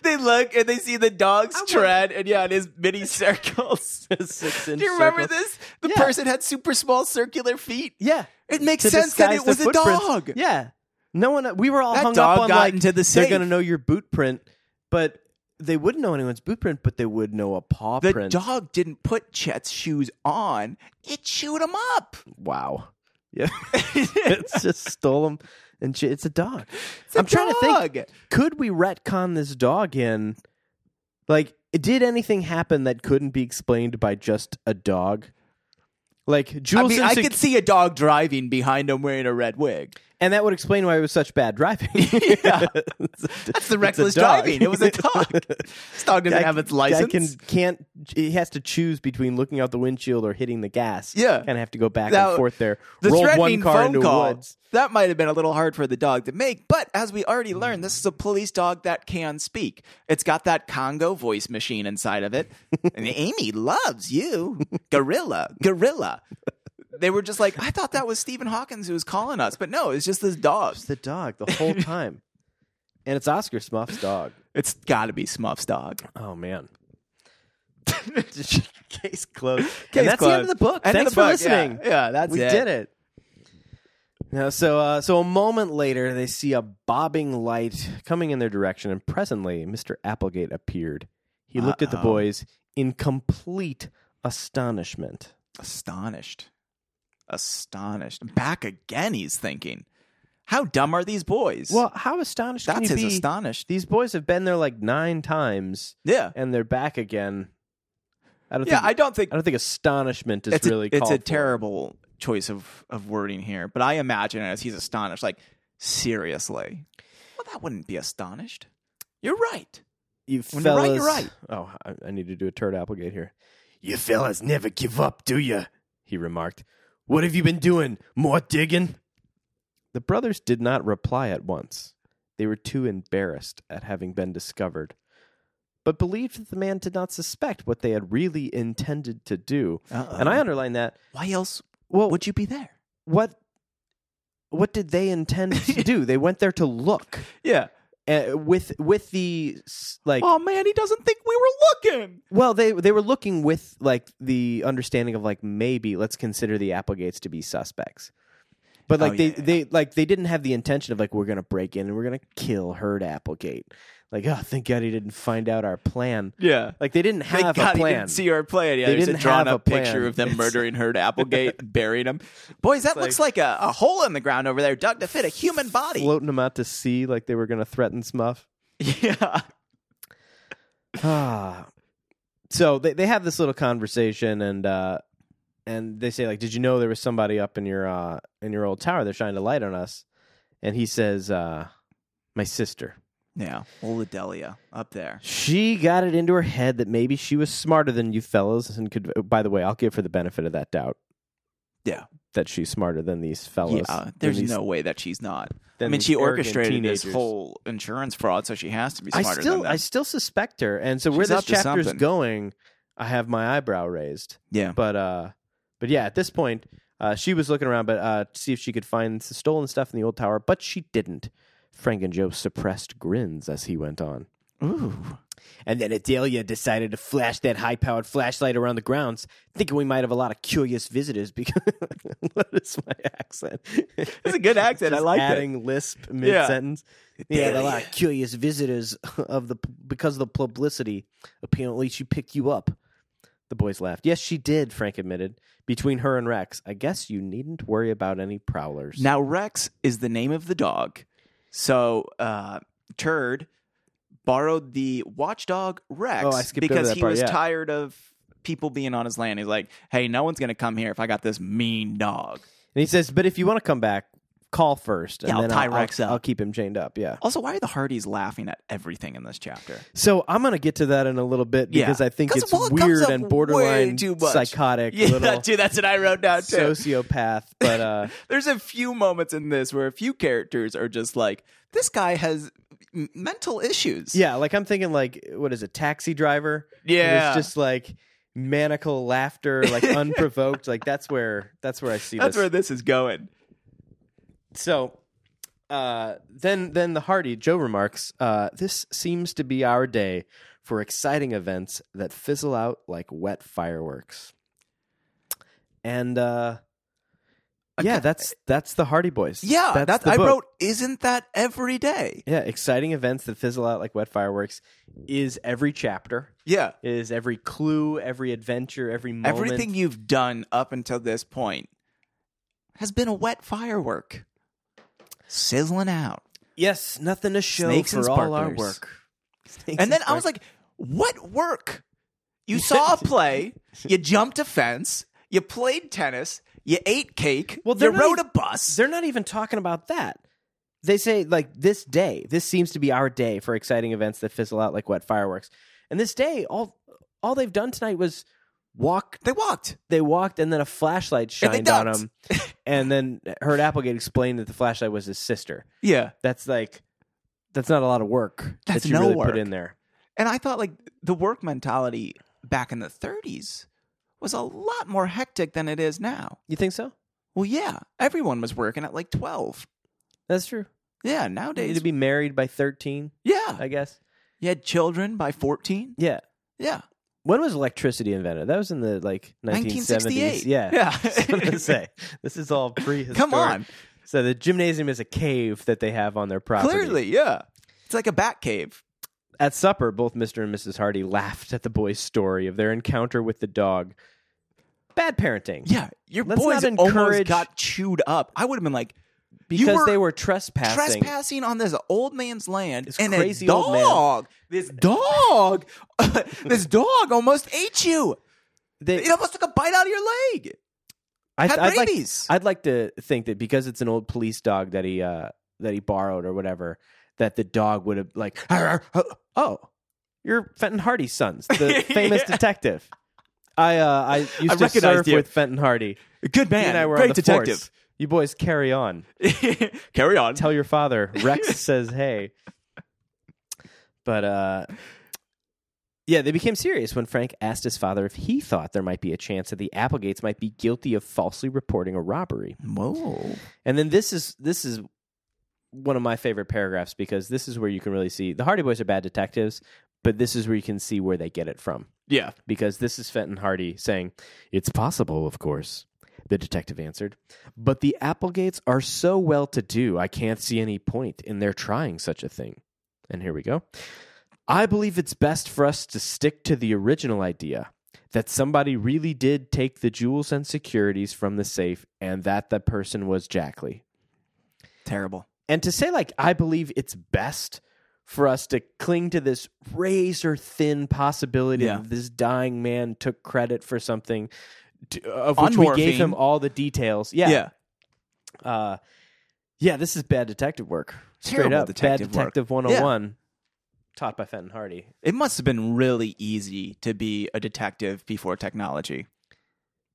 [SPEAKER 2] they look and they see the dog's
[SPEAKER 1] I want-
[SPEAKER 2] tread, and yeah, it is mini circles.
[SPEAKER 1] Six inch.
[SPEAKER 2] Do you remember
[SPEAKER 1] circles.
[SPEAKER 2] this? The
[SPEAKER 1] Yeah.
[SPEAKER 2] person had super small circular feet.
[SPEAKER 1] Yeah.
[SPEAKER 2] It makes
[SPEAKER 1] to
[SPEAKER 2] sense that
[SPEAKER 1] disguise
[SPEAKER 2] it
[SPEAKER 1] the
[SPEAKER 2] was a
[SPEAKER 1] footprints.
[SPEAKER 2] dog.
[SPEAKER 1] Yeah. No one. We were all
[SPEAKER 2] That
[SPEAKER 1] hung
[SPEAKER 2] dog
[SPEAKER 1] up on
[SPEAKER 2] got
[SPEAKER 1] like
[SPEAKER 2] into the
[SPEAKER 1] they're
[SPEAKER 2] safe.
[SPEAKER 1] going to know your boot print, but they wouldn't know anyone's boot print, but they would know a paw
[SPEAKER 2] The
[SPEAKER 1] print.
[SPEAKER 2] dog didn't put Chet's shoes on. It chewed him up.
[SPEAKER 1] Wow. Yeah. it's just stole them, and ch- it's a dog.
[SPEAKER 2] i
[SPEAKER 1] I'm trying to think.
[SPEAKER 2] to think.
[SPEAKER 1] Could we retcon this dog in? Like, did anything happen that couldn't be explained by just a dog? Like
[SPEAKER 2] I
[SPEAKER 1] Jules,
[SPEAKER 2] mean, I
[SPEAKER 1] Insec-
[SPEAKER 2] could see a dog driving behind him wearing a red wig.
[SPEAKER 1] and that would explain why it was such bad driving.
[SPEAKER 2] Yeah.
[SPEAKER 1] That's
[SPEAKER 2] It's the reckless driving. It was a dog. this dog doesn't
[SPEAKER 1] I
[SPEAKER 2] have its
[SPEAKER 1] can-
[SPEAKER 2] license.
[SPEAKER 1] I can can't. He has to choose between looking out the windshield or hitting the gas.
[SPEAKER 2] Yeah.
[SPEAKER 1] kind of have to go back
[SPEAKER 2] Now,
[SPEAKER 1] and forth there.
[SPEAKER 2] the
[SPEAKER 1] Rolled one
[SPEAKER 2] threatening
[SPEAKER 1] car
[SPEAKER 2] phone
[SPEAKER 1] into
[SPEAKER 2] call.
[SPEAKER 1] woods.
[SPEAKER 2] That might have been a little hard for the dog to make, but as we already learned, this is a police dog that can speak. It's got that Congo voice machine inside of it, and Amy loves you, gorilla, gorilla. They were just like, I thought that was Stephen Hawkins who was calling us, but no, it's just this dog.
[SPEAKER 1] It's the dog the whole time, and it's Oscar Smuff's dog.
[SPEAKER 2] It's got to be Smuff's dog.
[SPEAKER 1] Oh man. Case closed.
[SPEAKER 2] Case
[SPEAKER 1] and that's the end of
[SPEAKER 2] closed.
[SPEAKER 1] the book.
[SPEAKER 2] End of
[SPEAKER 1] Thanks
[SPEAKER 2] the
[SPEAKER 1] for
[SPEAKER 2] book,
[SPEAKER 1] listening.
[SPEAKER 2] Yeah, yeah, that's
[SPEAKER 1] we
[SPEAKER 2] it.
[SPEAKER 1] did it. Now, so uh, so a moment later, they see a bobbing light coming in their direction, and presently, Mr. Applegate appeared. He looked at the
[SPEAKER 2] Uh-oh.
[SPEAKER 1] boys in complete astonishment.
[SPEAKER 2] astonished. Astonished. Back again, he's thinking. How dumb are these boys?
[SPEAKER 1] Well, how astonished can
[SPEAKER 2] that's
[SPEAKER 1] you
[SPEAKER 2] his
[SPEAKER 1] be?
[SPEAKER 2] astonished.
[SPEAKER 1] These boys have been there like nine times,
[SPEAKER 2] Yeah.
[SPEAKER 1] and they're back again. I don't
[SPEAKER 2] Yeah,
[SPEAKER 1] think
[SPEAKER 2] I don't think
[SPEAKER 1] I don't think astonishment is
[SPEAKER 2] it's a,
[SPEAKER 1] really
[SPEAKER 2] it's a
[SPEAKER 1] called for.
[SPEAKER 2] terrible choice of, of wording here, but I imagine as he's astonished, like, seriously. Well, that wouldn't be astonished. You're right.
[SPEAKER 1] You
[SPEAKER 2] When you're
[SPEAKER 1] fellas,
[SPEAKER 2] right, you're right.
[SPEAKER 1] Oh, I, I need to do a turd Applegate here. You fellas never give up, do you? He remarked. What have you been doing? More digging? The brothers did not reply at once. They were too embarrassed at having been discovered, but believed that the man did not suspect what they had really intended to do.
[SPEAKER 2] Uh-oh.
[SPEAKER 1] And I underline that.
[SPEAKER 2] Why else
[SPEAKER 1] Well,
[SPEAKER 2] would you be there?
[SPEAKER 1] what? What did they intend to do? They went there to look
[SPEAKER 2] Yeah.
[SPEAKER 1] uh, with with the s- like
[SPEAKER 2] oh, man, he doesn't think we were looking.
[SPEAKER 1] Well, they they were looking with like the understanding of like maybe let's consider the Applegates to be suspects. But
[SPEAKER 2] Oh,
[SPEAKER 1] like they,
[SPEAKER 2] yeah, yeah.
[SPEAKER 1] they like they didn't have the intention of like we're gonna break in and we're gonna kill Herd Applegate. Like, oh thank God he didn't find out our plan.
[SPEAKER 2] Yeah.
[SPEAKER 1] Like they didn't have
[SPEAKER 2] Thank God
[SPEAKER 1] a plan.
[SPEAKER 2] He didn't see our plan. Yeah,
[SPEAKER 1] They
[SPEAKER 2] there's
[SPEAKER 1] didn't
[SPEAKER 2] a drawn
[SPEAKER 1] have a
[SPEAKER 2] up picture
[SPEAKER 1] plan.
[SPEAKER 2] of them
[SPEAKER 1] It's-
[SPEAKER 2] murdering Herd Applegate, and burying him. Boys, that looks like a, a hole in the ground over there, dug to fit a human body.
[SPEAKER 1] Floating them out to sea like they were gonna threaten Smuff.
[SPEAKER 2] yeah.
[SPEAKER 1] Ah. so they, they have this little conversation and uh and they say like did you know there was somebody up in your uh in your old tower that shined a light on us and he says uh my sister
[SPEAKER 2] Yeah. Old Adelia up there.
[SPEAKER 1] she got it into her head that maybe she was smarter than you fellows and could oh, by the way i'll give her the benefit of that doubt
[SPEAKER 2] Yeah.
[SPEAKER 1] that she's smarter than these fellows
[SPEAKER 2] Yeah.
[SPEAKER 1] than
[SPEAKER 2] There's
[SPEAKER 1] these-
[SPEAKER 2] no way that she's not. I
[SPEAKER 1] than
[SPEAKER 2] mean,
[SPEAKER 1] these
[SPEAKER 2] she
[SPEAKER 1] arrogant
[SPEAKER 2] orchestrated this
[SPEAKER 1] teenagers.
[SPEAKER 2] whole insurance fraud, so she has to be
[SPEAKER 1] i
[SPEAKER 2] smarter than
[SPEAKER 1] still
[SPEAKER 2] them.
[SPEAKER 1] i still suspect her and so where
[SPEAKER 2] She's
[SPEAKER 1] this
[SPEAKER 2] up to
[SPEAKER 1] chapter's
[SPEAKER 2] something.
[SPEAKER 1] going i have my eyebrow raised
[SPEAKER 2] yeah.
[SPEAKER 1] but uh but yeah at this point uh she was looking around but uh to see if she could find the stolen stuff in the old tower but she didn't frank and joe suppressed grins as he went on
[SPEAKER 2] Ooh.
[SPEAKER 1] and then adelia decided to flash that high-powered flashlight around the grounds thinking we might have a lot of curious visitors because what is my accent
[SPEAKER 2] It's a good accent. I
[SPEAKER 1] Just
[SPEAKER 2] like
[SPEAKER 1] adding lisp mid-sentence yeah. a lot
[SPEAKER 2] Adelia.
[SPEAKER 1] of curious visitors of the because of the publicity. Apparently, she picked you up. The boys laughed. Yes, she did. Frank admitted. Between her and Rex, I guess you needn't worry about any prowlers.
[SPEAKER 2] it. Now, Rex is the name of the dog. So, uh, Turd borrowed the watchdog Rex
[SPEAKER 1] Oh, I skipped over
[SPEAKER 2] because
[SPEAKER 1] that
[SPEAKER 2] he
[SPEAKER 1] part,
[SPEAKER 2] was
[SPEAKER 1] yeah.
[SPEAKER 2] tired of people being on his land. He's like, hey, no one's going to come here if I got this mean dog.
[SPEAKER 1] and he says, "But if you want to come back, call first, and
[SPEAKER 2] Yeah, I'll
[SPEAKER 1] then
[SPEAKER 2] tie Rex up."
[SPEAKER 1] I'll keep him chained up." Yeah.
[SPEAKER 2] Also, why are the Hardys laughing at everything in this chapter?
[SPEAKER 1] So I'm gonna get to that in a little bit
[SPEAKER 2] Yeah.
[SPEAKER 1] because I think
[SPEAKER 2] 'Cause
[SPEAKER 1] it's
[SPEAKER 2] Walt comes
[SPEAKER 1] weird
[SPEAKER 2] up
[SPEAKER 1] and
[SPEAKER 2] way
[SPEAKER 1] borderline
[SPEAKER 2] too much.
[SPEAKER 1] psychotic,
[SPEAKER 2] Yeah,
[SPEAKER 1] little
[SPEAKER 2] dude, that's what I wrote down too.
[SPEAKER 1] sociopath. But uh,
[SPEAKER 2] There's a few moments in this where a few characters are just like, this guy has m- mental issues.
[SPEAKER 1] Yeah, like I'm thinking like what is it, taxi driver?
[SPEAKER 2] Yeah.
[SPEAKER 1] It's just like maniacal laughter, like unprovoked. like that's where that's where I see
[SPEAKER 2] That's
[SPEAKER 1] this.
[SPEAKER 2] where this is going.
[SPEAKER 1] so Uh, then, then the Hardy Joe remarks, uh, "This seems to be our day for exciting events that fizzle out like wet fireworks." And uh, yeah,
[SPEAKER 2] Okay.
[SPEAKER 1] that's that's the Hardy Boys.
[SPEAKER 2] Yeah,
[SPEAKER 1] that's
[SPEAKER 2] that's,
[SPEAKER 1] the
[SPEAKER 2] I
[SPEAKER 1] book.
[SPEAKER 2] wrote. Isn't that every day?
[SPEAKER 1] Yeah, exciting events that fizzle out like wet fireworks is every chapter,
[SPEAKER 2] Yeah,
[SPEAKER 1] is every clue, every adventure, every moment.
[SPEAKER 2] everything you've done up until this point has been a wet firework, sizzling out.
[SPEAKER 1] Yes, nothing to show
[SPEAKER 2] Snakes
[SPEAKER 1] for
[SPEAKER 2] and
[SPEAKER 1] all our
[SPEAKER 2] sparklers.
[SPEAKER 1] work. Snakes
[SPEAKER 2] and then I was like, "What work? You saw a play. You jumped a fence. You played tennis. You ate cake.
[SPEAKER 1] Well,
[SPEAKER 2] you
[SPEAKER 1] they're not
[SPEAKER 2] rode a
[SPEAKER 1] even-
[SPEAKER 2] bus.
[SPEAKER 1] they're not even talking about that. They say like this day, this seems to be our day for exciting events that fizzle out like wet fireworks. And this day, all all they've done tonight was walk.
[SPEAKER 2] They walked.
[SPEAKER 1] They walked, and then a flashlight
[SPEAKER 2] And they
[SPEAKER 1] shined on
[SPEAKER 2] ducked.
[SPEAKER 1] them. And then Herd Applegate explained that the flashlight was his sister.
[SPEAKER 2] Yeah,
[SPEAKER 1] that's like that's not a lot of work
[SPEAKER 2] That's
[SPEAKER 1] that you
[SPEAKER 2] no
[SPEAKER 1] really
[SPEAKER 2] work.
[SPEAKER 1] put in there.
[SPEAKER 2] and I thought like the work mentality back in the '30s was a lot more hectic than it is now.
[SPEAKER 1] You think so?
[SPEAKER 2] Well, yeah, everyone was working at like twelve.
[SPEAKER 1] That's true.
[SPEAKER 2] Yeah,
[SPEAKER 1] You need
[SPEAKER 2] nowadays.
[SPEAKER 1] to be married by thirteen,
[SPEAKER 2] yeah,
[SPEAKER 1] I guess.
[SPEAKER 2] you had children by fourteen.
[SPEAKER 1] Yeah.
[SPEAKER 2] Yeah,
[SPEAKER 1] When was electricity invented? That was in the like nineteen
[SPEAKER 2] 1968.
[SPEAKER 1] seventies. Yeah.
[SPEAKER 2] yeah.
[SPEAKER 1] That's what I say. This is all prehistoric.
[SPEAKER 2] Come on,
[SPEAKER 1] So the gymnasium is a cave that they have on their property.
[SPEAKER 2] clearly, yeah. It's like a bat cave.
[SPEAKER 1] At supper, both Mr. and Mrs. Hardy laughed at the boys' story of their encounter with the dog. Bad parenting.
[SPEAKER 2] Yeah, your
[SPEAKER 1] Let's
[SPEAKER 2] boys
[SPEAKER 1] not
[SPEAKER 2] almost
[SPEAKER 1] encourage-
[SPEAKER 2] got chewed up. I would have been like
[SPEAKER 1] because
[SPEAKER 2] were
[SPEAKER 1] they were trespassing.
[SPEAKER 2] trespassing on this old man's land
[SPEAKER 1] This
[SPEAKER 2] and
[SPEAKER 1] crazy
[SPEAKER 2] a
[SPEAKER 1] old man.
[SPEAKER 2] dog. This dog, this dog almost ate you.
[SPEAKER 1] They-
[SPEAKER 2] It almost took a bite out of your leg.
[SPEAKER 1] I,
[SPEAKER 2] Had
[SPEAKER 1] I'd like
[SPEAKER 2] rabies.
[SPEAKER 1] I'd like to think that because it's an old police dog that he uh, that he borrowed or whatever, that the dog would have like, "Arr, arr, oh, you're Fenton Hardy's sons, the famous
[SPEAKER 2] Yeah.
[SPEAKER 1] detective. I uh, I used
[SPEAKER 2] I
[SPEAKER 1] to
[SPEAKER 2] recognized
[SPEAKER 1] serve
[SPEAKER 2] you.
[SPEAKER 1] with Fenton Hardy.
[SPEAKER 2] Good
[SPEAKER 1] he
[SPEAKER 2] man,
[SPEAKER 1] and I were on
[SPEAKER 2] great
[SPEAKER 1] the
[SPEAKER 2] detective.
[SPEAKER 1] force. You boys carry on.
[SPEAKER 2] Carry on.
[SPEAKER 1] Tell your father. Rex says, "Hey." But uh, yeah, they became serious when Frank asked his father if he thought there might be a chance that the Applegates might be guilty of falsely reporting a robbery.
[SPEAKER 2] Whoa.
[SPEAKER 1] And then this is this is one of my favorite paragraphs because this is where you can really see the Hardy Boys are bad detectives, but this is where you can see where they get it from
[SPEAKER 2] Yeah.
[SPEAKER 1] because this is Fenton Hardy saying, "It's possible, of course." The detective answered, "But the Applegates are so well to do, I can't see any point in their trying such a thing." And here we go. I believe it's best for us to stick to the original idea that somebody really did take the jewels and securities from the safe and that the person was Jackley.
[SPEAKER 2] Terrible.
[SPEAKER 1] And to say, like, I believe it's best for us to cling to this razor thin possibility
[SPEAKER 2] Yeah.
[SPEAKER 1] that this dying man took credit for something to, of
[SPEAKER 2] On
[SPEAKER 1] which we gave
[SPEAKER 2] morphine.
[SPEAKER 1] him all the details. Yeah. Yeah. Uh, yeah, this is bad detective work. Straight
[SPEAKER 2] Terrible
[SPEAKER 1] up.
[SPEAKER 2] detective
[SPEAKER 1] bad
[SPEAKER 2] work.
[SPEAKER 1] detective 101 taught by Fenton Hardy.
[SPEAKER 2] It must have been really easy to be a detective before technology.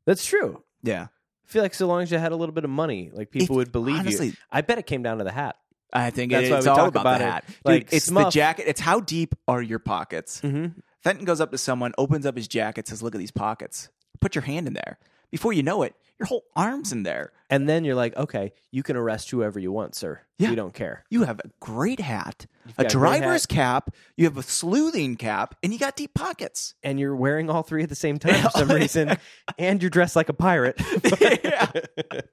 [SPEAKER 1] That's true.
[SPEAKER 2] Yeah.
[SPEAKER 1] I feel like so long as you had a little bit of money, like people
[SPEAKER 2] If-
[SPEAKER 1] would believe you.
[SPEAKER 2] honestly-
[SPEAKER 1] I bet it came down to the hat.
[SPEAKER 2] I think
[SPEAKER 1] That's
[SPEAKER 2] it-
[SPEAKER 1] why
[SPEAKER 2] it's
[SPEAKER 1] we
[SPEAKER 2] all
[SPEAKER 1] talk
[SPEAKER 2] about,
[SPEAKER 1] about
[SPEAKER 2] the
[SPEAKER 1] it.
[SPEAKER 2] hat.
[SPEAKER 1] Like,
[SPEAKER 2] Dude, it's the
[SPEAKER 1] Smurf-
[SPEAKER 2] jacket. It's how deep are your pockets?
[SPEAKER 1] Mm-hmm.
[SPEAKER 2] Fenton goes up to someone, opens up his jacket, says, "Look at these pockets. Put your hand in there." Before you know it, your whole arm's in there.
[SPEAKER 1] And then you're like, okay, you can arrest whoever you want, sir.
[SPEAKER 2] Yeah.
[SPEAKER 1] We don't care.
[SPEAKER 2] You have a great hat,
[SPEAKER 1] got
[SPEAKER 2] a
[SPEAKER 1] a great
[SPEAKER 2] driver's cap, you have a sleuthing cap, and you got deep pockets.
[SPEAKER 1] and you're wearing all three at the same time for some reason, and you're dressed like a pirate.
[SPEAKER 2] Yeah.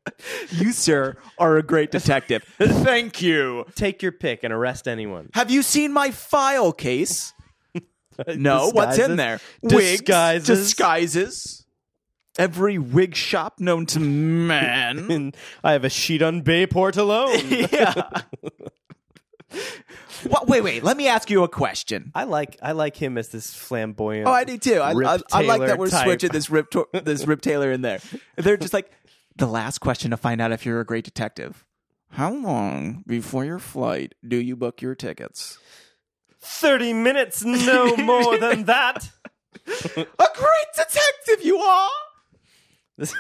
[SPEAKER 2] you, sir, are a great detective. Thank you.
[SPEAKER 1] Take your pick and arrest anyone.
[SPEAKER 2] Have you seen my file case? No, what's in
[SPEAKER 1] Disguises.
[SPEAKER 2] there?
[SPEAKER 1] Disguises.
[SPEAKER 2] Wigs, disguises. Every wig shop known to man.
[SPEAKER 1] And I have a sheet on Bayport alone.
[SPEAKER 2] yeah. Wha- wait, wait. Let me ask you a question.
[SPEAKER 1] I like I like him as this flamboyant.
[SPEAKER 2] Oh, I do too. I,
[SPEAKER 1] Rip
[SPEAKER 2] I, I like
[SPEAKER 1] Taylor
[SPEAKER 2] that we're
[SPEAKER 1] type.
[SPEAKER 2] switching this Rip Tor- this Rip Taylor in there. They're just like the last question to find out if you're a great detective. How long before your flight do you book your tickets?
[SPEAKER 1] Thirty minutes, no more than that.
[SPEAKER 2] A great detective you are.
[SPEAKER 1] This,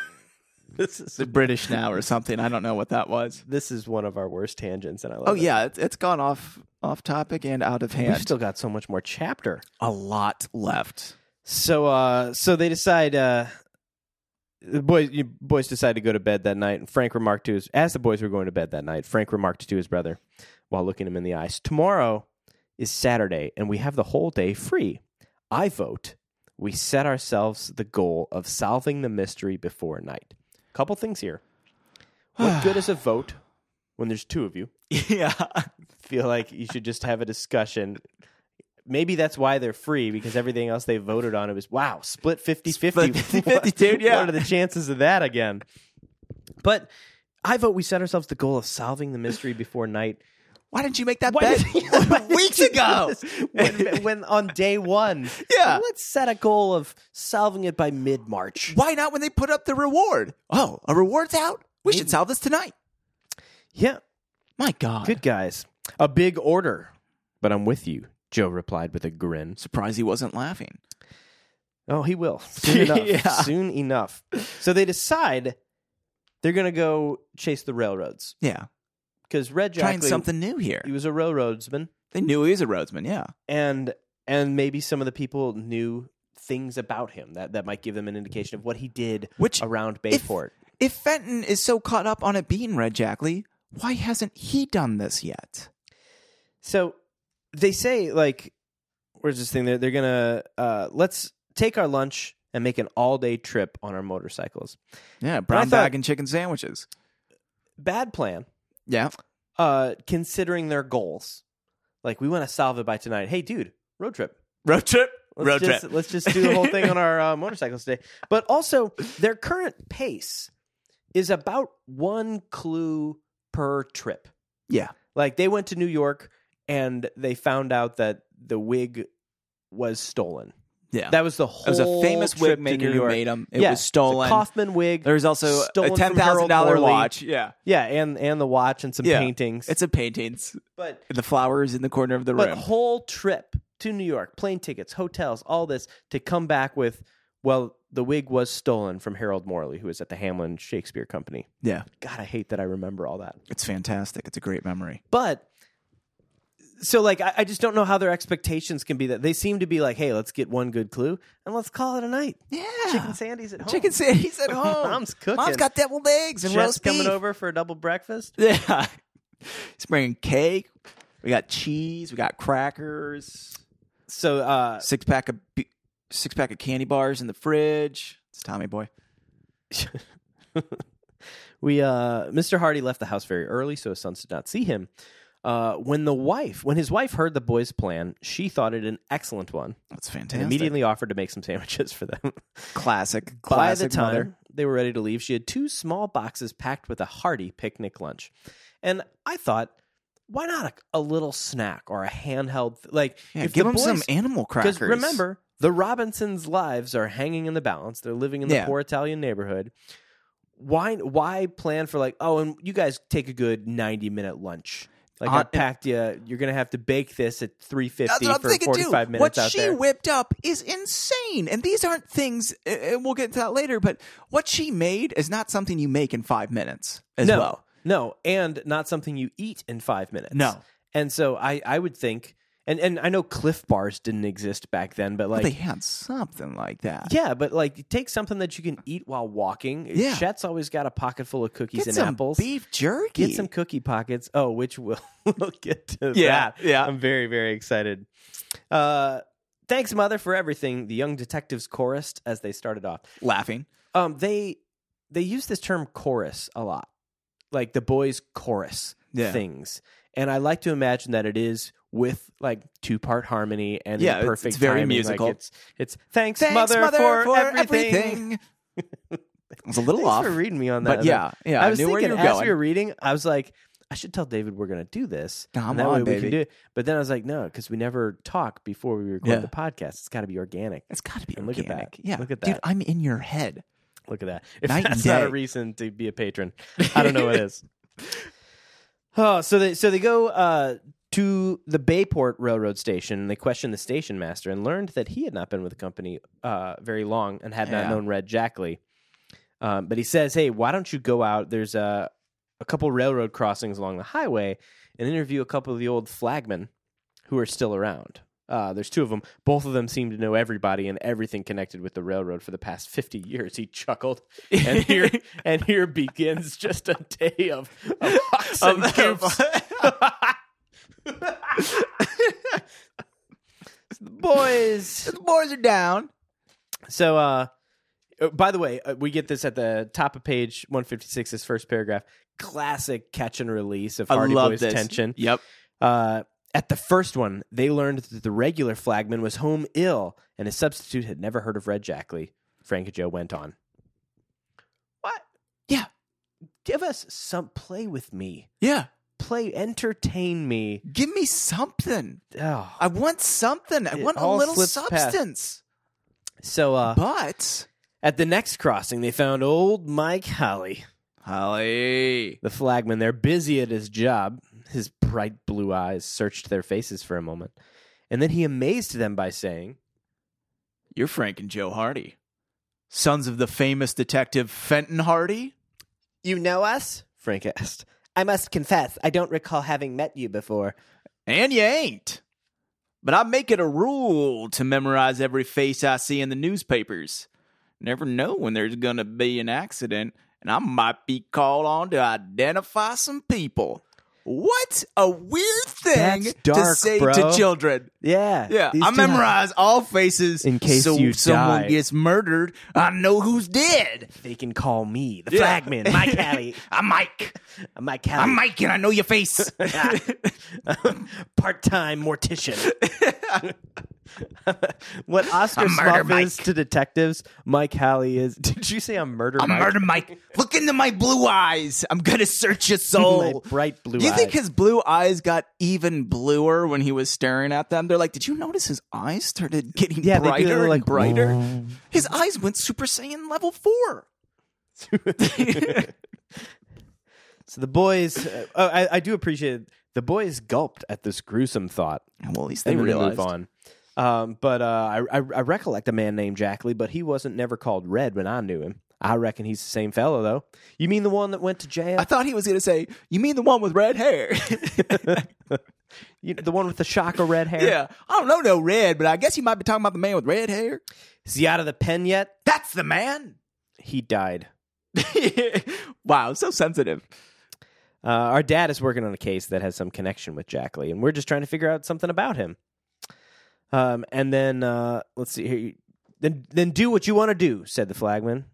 [SPEAKER 1] this is
[SPEAKER 2] The British now or something. I don't know what that was.
[SPEAKER 1] this is one of our worst tangents, and I love
[SPEAKER 2] Oh
[SPEAKER 1] it.
[SPEAKER 2] yeah, it's, it's gone off off topic and out of
[SPEAKER 1] We've
[SPEAKER 2] hand.
[SPEAKER 1] still got so much more chapter.
[SPEAKER 2] a lot left.
[SPEAKER 1] So uh so they decide uh the boys you boys decided to go to bed that night, and Frank remarked to his as the boys were going to bed that night, Frank remarked to his brother while looking him in the eyes, "Tomorrow is Saturday, and we have the whole day free. I vote we set ourselves the goal of solving the mystery before night." Couple things here. What good is a vote when there's two of you?
[SPEAKER 2] yeah.
[SPEAKER 1] Feel like you should just have a discussion. Maybe that's why they're free because everything else they voted on it was wow, split 50 50.
[SPEAKER 2] Split 50-50, dude, yeah.
[SPEAKER 1] What are the chances of that again? But I vote we set ourselves the goal of solving the mystery before night.
[SPEAKER 2] Why didn't you make that
[SPEAKER 1] Why
[SPEAKER 2] bet
[SPEAKER 1] did- why did
[SPEAKER 2] weeks
[SPEAKER 1] you do
[SPEAKER 2] ago?
[SPEAKER 1] this? when, when on day one,
[SPEAKER 2] Yeah.
[SPEAKER 1] let's set a goal of solving it by mid March.
[SPEAKER 2] Why not when they put up the reward? Oh, a reward's out? We should solve this tonight.
[SPEAKER 1] Yeah,
[SPEAKER 2] My God.
[SPEAKER 1] good guys. A big order, but I'm with you. Joe replied with a grin.
[SPEAKER 2] Surprised he wasn't laughing.
[SPEAKER 1] Oh, he will. Soon enough.
[SPEAKER 2] Yeah.
[SPEAKER 1] Soon enough. So they decide they're going to go chase the railroads
[SPEAKER 2] Yeah.
[SPEAKER 1] because Red
[SPEAKER 2] Trying
[SPEAKER 1] Jackley,
[SPEAKER 2] something new here.
[SPEAKER 1] he was a railroadsman,
[SPEAKER 2] They knew he was a roadsman, yeah.
[SPEAKER 1] and and maybe some of the people knew things about him that that might give them an indication of what he did
[SPEAKER 2] Which,
[SPEAKER 1] around Bayport.
[SPEAKER 2] if Fenton is so caught up on it being Red Jackley, why hasn't he done this yet?
[SPEAKER 1] So they say like, where's this thing? They're, they're gonna uh, let's take our lunch and make an all day trip on our motorcycles.
[SPEAKER 2] Yeah, brown
[SPEAKER 1] thought-
[SPEAKER 2] bag and chicken sandwiches.
[SPEAKER 1] Bad plan.
[SPEAKER 2] Yeah.
[SPEAKER 1] uh, considering their goals. Like we want to solve it by tonight. Hey, dude, road trip.
[SPEAKER 2] Road trip.
[SPEAKER 1] Let's
[SPEAKER 2] road
[SPEAKER 1] just,
[SPEAKER 2] trip.
[SPEAKER 1] Let's just do the whole thing on our uh, motorcycles today. But also, their current pace is about one clue per trip.
[SPEAKER 2] Yeah.
[SPEAKER 1] Like they went to New York and they found out that the wig was stolen.
[SPEAKER 2] Yeah.
[SPEAKER 1] That was the whole.
[SPEAKER 2] it was a famous
[SPEAKER 1] trip
[SPEAKER 2] wig
[SPEAKER 1] to
[SPEAKER 2] maker
[SPEAKER 1] New
[SPEAKER 2] who
[SPEAKER 1] York.
[SPEAKER 2] made him. It
[SPEAKER 1] Yeah,
[SPEAKER 2] was
[SPEAKER 1] it's a
[SPEAKER 2] stolen.
[SPEAKER 1] Kaufman wig.
[SPEAKER 2] There was also
[SPEAKER 1] Stolen
[SPEAKER 2] a
[SPEAKER 1] from
[SPEAKER 2] ten thousand
[SPEAKER 1] Harold
[SPEAKER 2] dollar
[SPEAKER 1] Morley.
[SPEAKER 2] watch. Yeah,
[SPEAKER 1] yeah, and and the watch and some
[SPEAKER 2] Yeah.
[SPEAKER 1] paintings.
[SPEAKER 2] it's a paintings.
[SPEAKER 1] but
[SPEAKER 2] The flowers in the corner of the
[SPEAKER 1] but
[SPEAKER 2] room.
[SPEAKER 1] whole trip to New York, plane tickets, hotels, all this to come back with, well, the wig was stolen from Harold Morley, who was at the Hamlin Shakespeare Company.
[SPEAKER 2] yeah,
[SPEAKER 1] God, I hate that I remember all that.
[SPEAKER 2] it's fantastic. It's a great memory.
[SPEAKER 1] But so, like, I, I just don't know how their expectations can be that they seem to be like, hey, let's get one good clue and let's call it a night.
[SPEAKER 2] Yeah,
[SPEAKER 1] Ah, Chicken Sandy's at home.
[SPEAKER 2] Chicken Sandy's at home.
[SPEAKER 1] Mom's cooking.
[SPEAKER 2] Mom's got deviled eggs and
[SPEAKER 1] Chet's
[SPEAKER 2] roast
[SPEAKER 1] coming
[SPEAKER 2] beef.
[SPEAKER 1] over for a double breakfast.
[SPEAKER 2] Yeah, he's bringing cake. We got cheese. We got crackers.
[SPEAKER 1] So, uh,
[SPEAKER 2] Six pack of bu- six pack of candy bars in the fridge. It's Tommy Boy.
[SPEAKER 1] We, uh, Mr. Hardy left the house very early, so his sons did not see him. Uh, when the wife, when his wife heard the boys' plan, she thought it an excellent one
[SPEAKER 2] That's
[SPEAKER 1] and
[SPEAKER 2] fantastic.
[SPEAKER 1] immediately offered to make some sandwiches for them.
[SPEAKER 2] classic.
[SPEAKER 1] By
[SPEAKER 2] classic
[SPEAKER 1] the time
[SPEAKER 2] mother.
[SPEAKER 1] they were ready to leave, she had two small boxes packed with a hearty picnic lunch, and I thought, why not a, a little snack or a handheld? Th- like,
[SPEAKER 2] Yeah,
[SPEAKER 1] if
[SPEAKER 2] give
[SPEAKER 1] the
[SPEAKER 2] him some
[SPEAKER 1] boys-
[SPEAKER 2] animal crackers.
[SPEAKER 1] because remember, the Robinsons' lives are hanging in the balance. They're living in the
[SPEAKER 2] Yeah.
[SPEAKER 1] poor Italian neighborhood. Why? Why plan for like? Oh, and you guys take a good ninety-minute lunch. Like I
[SPEAKER 2] Uh,
[SPEAKER 1] packed you. You're gonna have to bake this at three
[SPEAKER 2] That's
[SPEAKER 1] fifty
[SPEAKER 2] what I'm
[SPEAKER 1] for
[SPEAKER 2] thinking too.
[SPEAKER 1] forty-five minutes
[SPEAKER 2] What
[SPEAKER 1] out
[SPEAKER 2] she
[SPEAKER 1] there.
[SPEAKER 2] whipped up is insane, and these aren't things. uh, And we'll get to that later. But what she made is not something you make in five minutes as
[SPEAKER 1] no,
[SPEAKER 2] well.
[SPEAKER 1] no, and not something you eat in five minutes.
[SPEAKER 2] No.
[SPEAKER 1] And so I, I would think, and and I know Cliff Bars didn't exist back then, but like
[SPEAKER 2] they had something like that.
[SPEAKER 1] Yeah, but like take something that you can eat while walking.
[SPEAKER 2] Yeah.
[SPEAKER 1] Chet's always got a pocket full of cookies
[SPEAKER 2] Get
[SPEAKER 1] and
[SPEAKER 2] some
[SPEAKER 1] apples.
[SPEAKER 2] beef jerky.
[SPEAKER 1] Get some cookie pockets. Oh, which we'll, we'll get to
[SPEAKER 2] Yeah,
[SPEAKER 1] that.
[SPEAKER 2] yeah.
[SPEAKER 1] I'm very, very excited. Uh, thanks, Mother, for everything. The young detectives chorused as they started off.
[SPEAKER 2] laughing.
[SPEAKER 1] Um, they they use this term chorus a lot, like the boys chorus
[SPEAKER 2] Yeah.
[SPEAKER 1] things, and I like to imagine that it is with like two part harmony and
[SPEAKER 2] Yeah,
[SPEAKER 1] yeah,
[SPEAKER 2] it's
[SPEAKER 1] perfect
[SPEAKER 2] very
[SPEAKER 1] timing. Like,
[SPEAKER 2] musical.
[SPEAKER 1] it's it's thanks,
[SPEAKER 2] Thanks,
[SPEAKER 1] mother, for, everything.
[SPEAKER 2] everything. it was a little
[SPEAKER 1] Thanks
[SPEAKER 2] off,
[SPEAKER 1] for reading me on that.
[SPEAKER 2] but yeah, yeah. I,
[SPEAKER 1] I was
[SPEAKER 2] knew
[SPEAKER 1] thinking
[SPEAKER 2] where you were
[SPEAKER 1] as
[SPEAKER 2] going.
[SPEAKER 1] we were reading, I was like, I should tell David we're going to do this.
[SPEAKER 2] Come
[SPEAKER 1] and that way
[SPEAKER 2] on,
[SPEAKER 1] we
[SPEAKER 2] baby.
[SPEAKER 1] can do it. But then I was like, no, because we never talk before we record
[SPEAKER 2] Yeah.
[SPEAKER 1] the podcast. It's got to be organic.
[SPEAKER 2] It's got to be
[SPEAKER 1] And look at that.
[SPEAKER 2] organic. Yeah,
[SPEAKER 1] Look at
[SPEAKER 2] dude.
[SPEAKER 1] that.
[SPEAKER 2] I'm in your head.
[SPEAKER 1] Look at that. If
[SPEAKER 2] Night and
[SPEAKER 1] that's not a
[SPEAKER 2] day.
[SPEAKER 1] reason to be a patron, I don't know what is. Oh, so they so they go uh, to the Bayport Railroad Station and they question the station master and learned that he had not been with the company uh, very long and had not
[SPEAKER 2] Yeah.
[SPEAKER 1] known Red Jackley. Um, but he says, "Hey, why don't you go out? There's a a couple railroad crossings along the highway and interview a couple of the old flagmen who are still around." Uh, there's two of them. Both of them seem to know everybody and everything connected with the railroad for the past 50 years. He chuckled. And here, and here begins just a day of, of hocks and goofs. Boys.
[SPEAKER 2] the boys are down.
[SPEAKER 1] So, uh, uh, by the way, uh, we get this at the top of page 156, this first paragraph. Classic catch and release of
[SPEAKER 2] I
[SPEAKER 1] Hardy
[SPEAKER 2] love
[SPEAKER 1] Boys
[SPEAKER 2] this.
[SPEAKER 1] tension.
[SPEAKER 2] Yep.
[SPEAKER 1] Uh, at the first one, they learned that the regular flagman was home ill and his substitute had never heard of Red Jackley. Frank and Joe went on. What? Yeah. Give us some play with me.
[SPEAKER 2] Yeah.
[SPEAKER 1] Play, entertain me.
[SPEAKER 2] Give me something.
[SPEAKER 1] Oh.
[SPEAKER 2] I want something. I
[SPEAKER 1] It
[SPEAKER 2] want a
[SPEAKER 1] all
[SPEAKER 2] little
[SPEAKER 1] slips past.
[SPEAKER 2] substance.
[SPEAKER 1] So uh,
[SPEAKER 2] But
[SPEAKER 1] at the next crossing, they found old Mike Holly,
[SPEAKER 2] Holly.
[SPEAKER 1] the flagman there, busy at his job. His bright blue eyes searched their faces for a moment. And then he amazed them by saying,
[SPEAKER 2] You're Frank and Joe Hardy. Sons of the famous detective Fenton Hardy?
[SPEAKER 1] You know us? Frank asked. I must confess, I don't recall having met you before.
[SPEAKER 2] And you ain't. But I make it a rule to memorize every face I see in the newspapers. Never know when there's gonna be an accident, and I might be called on to identify some people. What a weird thing
[SPEAKER 1] That's
[SPEAKER 2] to
[SPEAKER 1] dark,
[SPEAKER 2] say to
[SPEAKER 1] bro.
[SPEAKER 2] children.
[SPEAKER 1] Yeah.
[SPEAKER 2] Yeah,
[SPEAKER 1] these
[SPEAKER 2] I
[SPEAKER 1] two-
[SPEAKER 2] memorize all faces
[SPEAKER 1] In case
[SPEAKER 2] so
[SPEAKER 1] you
[SPEAKER 2] if someone
[SPEAKER 1] die.
[SPEAKER 2] gets murdered, I know who's dead.
[SPEAKER 1] They can call me the
[SPEAKER 2] Yeah.
[SPEAKER 1] flagman, Mike Alley.
[SPEAKER 2] I'm Mike.
[SPEAKER 1] I'm Mike Alley.
[SPEAKER 2] I'm Mike, and I know your face.
[SPEAKER 1] Part time mortician. what Oscar
[SPEAKER 2] I'm Murder
[SPEAKER 1] Smough is
[SPEAKER 2] Mike.
[SPEAKER 1] to detectives, Mike Halley is. Did you say I'm murder
[SPEAKER 2] I'm
[SPEAKER 1] Mike?
[SPEAKER 2] Murder Mike. Look into my blue eyes. I'm gonna search your
[SPEAKER 1] My
[SPEAKER 2] soul.
[SPEAKER 1] bright blue
[SPEAKER 2] you think
[SPEAKER 1] eyes.
[SPEAKER 2] his blue eyes got even bluer when he was staring at them? They're like, did you notice his eyes started getting
[SPEAKER 1] Yeah, they do.
[SPEAKER 2] brighter
[SPEAKER 1] They're
[SPEAKER 2] and
[SPEAKER 1] like,
[SPEAKER 2] brighter? His eyes went Super Saiyan level four.
[SPEAKER 1] so the boys. Uh, oh, I, I do appreciate it. The boys gulped at this gruesome thought.
[SPEAKER 2] Well, at least they
[SPEAKER 1] and then they
[SPEAKER 2] realized.
[SPEAKER 1] move on. Um, but uh, I, I, I recollect a man named Jackley, but he wasn't never called Red when I knew him. I reckon he's the same fellow, though. You mean the one that went to jail?
[SPEAKER 2] I thought he was gonna say, "You mean the one with red hair?"
[SPEAKER 1] You- the one with the shock of red hair?
[SPEAKER 2] yeah, I don't know no red, but I guess you might be talking about the man with red hair.
[SPEAKER 1] Is he out of the pen yet?
[SPEAKER 2] That's the man.
[SPEAKER 1] He died.
[SPEAKER 2] wow, so sensitive.
[SPEAKER 1] Uh, our dad is working on a case that has some connection with Jackley, and we're just trying to figure out something about him. Um, and then uh, let's see here. you- Then then do what you want to do," said the flagman.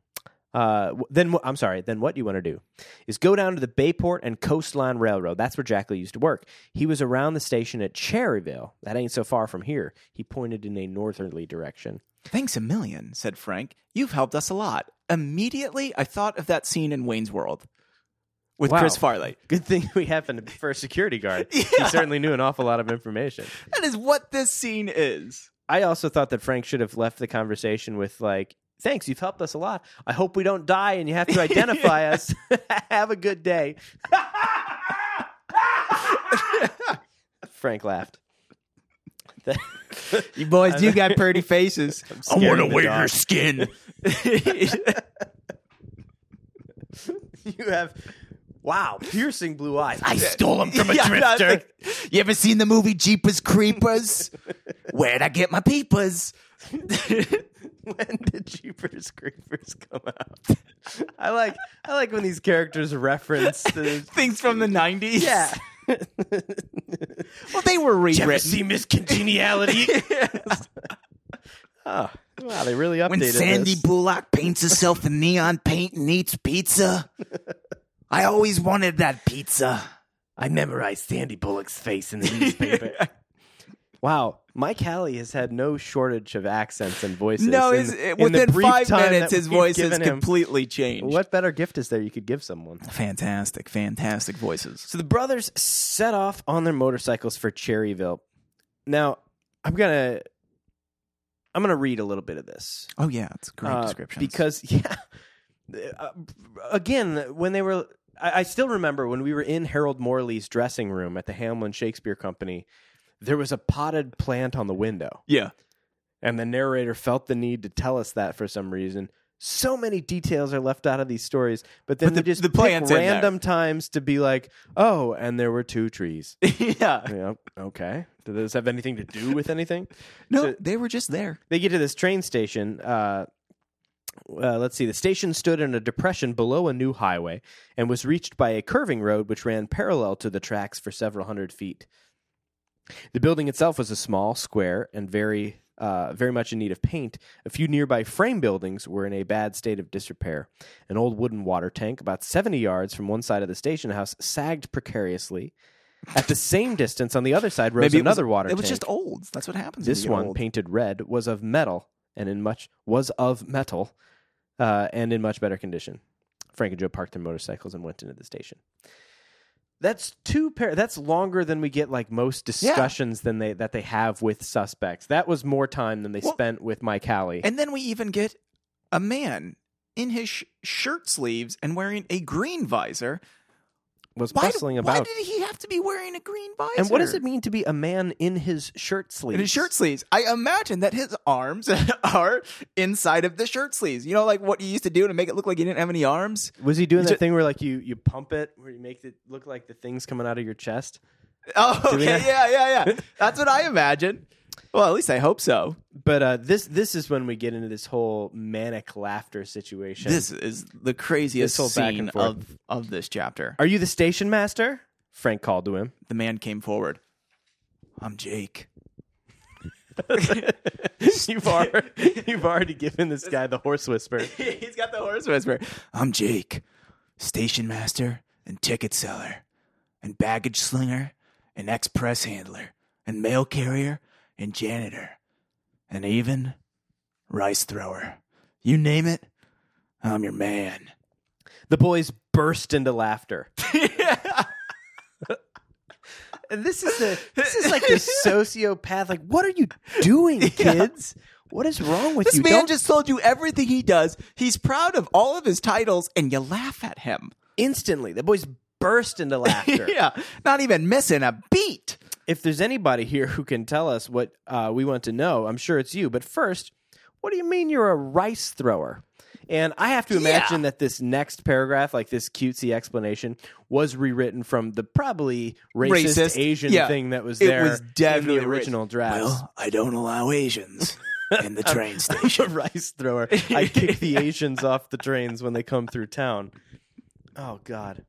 [SPEAKER 1] Uh, w- then wh- I'm sorry. Then what you want to do is go down to the Bayport and Coastline Railroad. That's where Jackley used to work. He was around the station at Cherryville. That ain't so far from here. He pointed in a northerly direction.
[SPEAKER 2] Thanks a million, said Frank. You've helped us a lot. Immediately, I thought of that scene in Wayne's World with
[SPEAKER 1] Wow.
[SPEAKER 2] Chris Farley.
[SPEAKER 1] Good thing we happened to be for a security guard. He certainly knew an awful lot of information.
[SPEAKER 2] That is what this scene is.
[SPEAKER 1] I also thought that Frank should have left the conversation with like, "Thanks, you've helped us a lot. I hope we don't die and you have to identify us. have a good day." Frank laughed. That-
[SPEAKER 2] You boys do got pretty faces.
[SPEAKER 1] scared
[SPEAKER 2] wanna
[SPEAKER 1] of the dark.
[SPEAKER 2] skin.
[SPEAKER 1] you have wow, piercing blue eyes. I
[SPEAKER 2] stole him from
[SPEAKER 1] a drifter.
[SPEAKER 2] you ever seen the movie Jeepers Creepers? Where'd I get my peepers?
[SPEAKER 1] when did Jeepers Creepers come out? I like I like when these characters reference the
[SPEAKER 2] Things from the 90s?
[SPEAKER 1] yeah.
[SPEAKER 2] Well, they were rewritten.
[SPEAKER 1] see Miss Congeniality? oh, wow, they really updated
[SPEAKER 2] When Sandy
[SPEAKER 1] this.
[SPEAKER 2] Bullock paints herself in neon paint and eats pizza. I always wanted that pizza.
[SPEAKER 1] I memorized Sandy Bullock's face in the newspaper. wow, Mike Halley has had no shortage of accents and voices.
[SPEAKER 2] No,
[SPEAKER 1] in-
[SPEAKER 2] his,
[SPEAKER 1] in the
[SPEAKER 2] within
[SPEAKER 1] brief
[SPEAKER 2] five
[SPEAKER 1] time
[SPEAKER 2] minutes,
[SPEAKER 1] that
[SPEAKER 2] his
[SPEAKER 1] we've
[SPEAKER 2] voice has
[SPEAKER 1] given him.
[SPEAKER 2] completely changed.
[SPEAKER 1] What better gift is there you could give someone?
[SPEAKER 2] Fantastic, fantastic voices.
[SPEAKER 1] So the brothers set off on their motorcycles for Cherryville. Now, I'm gonna I'm gonna read a little bit of this.
[SPEAKER 2] Oh yeah, it's great
[SPEAKER 1] Uh,
[SPEAKER 2] description.
[SPEAKER 1] Because yeah, Uh, again, when they were, I, I still remember when we were in Harold Morley's dressing room at the Hamlin Shakespeare Company. There was a potted plant on the window,
[SPEAKER 2] yeah,
[SPEAKER 1] and the narrator felt the need to tell us that for some reason. So many details are left out of these stories, but then
[SPEAKER 2] But
[SPEAKER 1] we
[SPEAKER 2] the-
[SPEAKER 1] just
[SPEAKER 2] the
[SPEAKER 1] pick
[SPEAKER 2] plant's in there.
[SPEAKER 1] random times to be like, "Oh, and there were two trees."
[SPEAKER 2] yeah.
[SPEAKER 1] yeah, okay. Did this have anything to do with anything?
[SPEAKER 2] No,
[SPEAKER 1] So-
[SPEAKER 2] they were just there.
[SPEAKER 1] they get to this train station. Uh, uh, let's see. The station stood in a depression below a new highway and was reached by a curving road which ran parallel to the tracks for several hundred feet. The building itself was a small, square, and very, uh, very much in need of paint. A few nearby frame buildings were in a bad state of disrepair. An old wooden water tank, about seventy yards from one side of the station house, sagged precariously. At the same distance on the other side rose
[SPEAKER 2] Maybe it was-
[SPEAKER 1] another water
[SPEAKER 2] It
[SPEAKER 1] tank
[SPEAKER 2] was just old. That's what happens. when
[SPEAKER 1] this
[SPEAKER 2] you get
[SPEAKER 1] one
[SPEAKER 2] old.
[SPEAKER 1] painted red was of metal and in much was of metal uh, and in much better condition frank and joe parked their motorcycles and went into the station that's two pair that's longer than we get like most discussions than they that they have with suspects that was more time than they
[SPEAKER 2] Well-
[SPEAKER 1] spent with mike howley
[SPEAKER 2] And then we even get a man in his sh- shirt sleeves and wearing a green visor.
[SPEAKER 1] was
[SPEAKER 2] Why,
[SPEAKER 1] bustling
[SPEAKER 2] why
[SPEAKER 1] about
[SPEAKER 2] did he have to be wearing a green visor?
[SPEAKER 1] and what does it mean to be a man in his shirt sleeves
[SPEAKER 2] In his shirt sleeves. I imagine that his arms are inside of the shirt sleeves. You know, like what you used to do to make it look like you didn't have any arms?
[SPEAKER 1] was he doing
[SPEAKER 2] He's
[SPEAKER 1] that
[SPEAKER 2] ju-
[SPEAKER 1] thing where like you you pump it where you make it look like the things coming out of your chest
[SPEAKER 2] Oh,
[SPEAKER 1] Do we
[SPEAKER 2] okay.
[SPEAKER 1] know?
[SPEAKER 2] Yeah, yeah, yeah. That's what I imagine. Well, at least I hope so.
[SPEAKER 1] But uh, this this is when we get into this whole manic laughter situation.
[SPEAKER 2] This is the
[SPEAKER 1] This
[SPEAKER 2] craziest
[SPEAKER 1] whole back
[SPEAKER 2] scene
[SPEAKER 1] and forth.
[SPEAKER 2] of, of this chapter.
[SPEAKER 1] Are you the station master? Frank called to him.
[SPEAKER 2] The man came forward. I'm Jake.
[SPEAKER 1] you've already you've already given this guy the horse whisper.
[SPEAKER 2] He's got the horse whisper. I'm Jake, station master and ticket seller and baggage slinger and ex press handler and mail carrier and janitor and even rice thrower. You name it, I'm your man.
[SPEAKER 1] The boys burst into laughter. And this is the this is like the sociopath. Like, what are you doing, kids? What is wrong with
[SPEAKER 2] This
[SPEAKER 1] you?
[SPEAKER 2] man
[SPEAKER 1] Don't
[SPEAKER 2] just told you everything he does. He's proud of all of his titles, and you laugh at him.
[SPEAKER 1] instantly the boys burst into laughter.
[SPEAKER 2] Yeah, not even missing a beat.
[SPEAKER 1] if there's anybody here who can tell us what uh, we want to know, I'm sure it's you. But first, what do you mean you're a rice thrower? And I have to imagine that this next paragraph, like this cutesy explanation, was rewritten from the probably racist,
[SPEAKER 2] Racist.
[SPEAKER 1] Asian
[SPEAKER 2] Yeah.
[SPEAKER 1] thing that was
[SPEAKER 2] It
[SPEAKER 1] there
[SPEAKER 2] was definitely
[SPEAKER 1] in the original draft.
[SPEAKER 2] I don't allow Asians in the train station.
[SPEAKER 1] a rice thrower. I kick the Asians off the trains when they come through town. Oh God,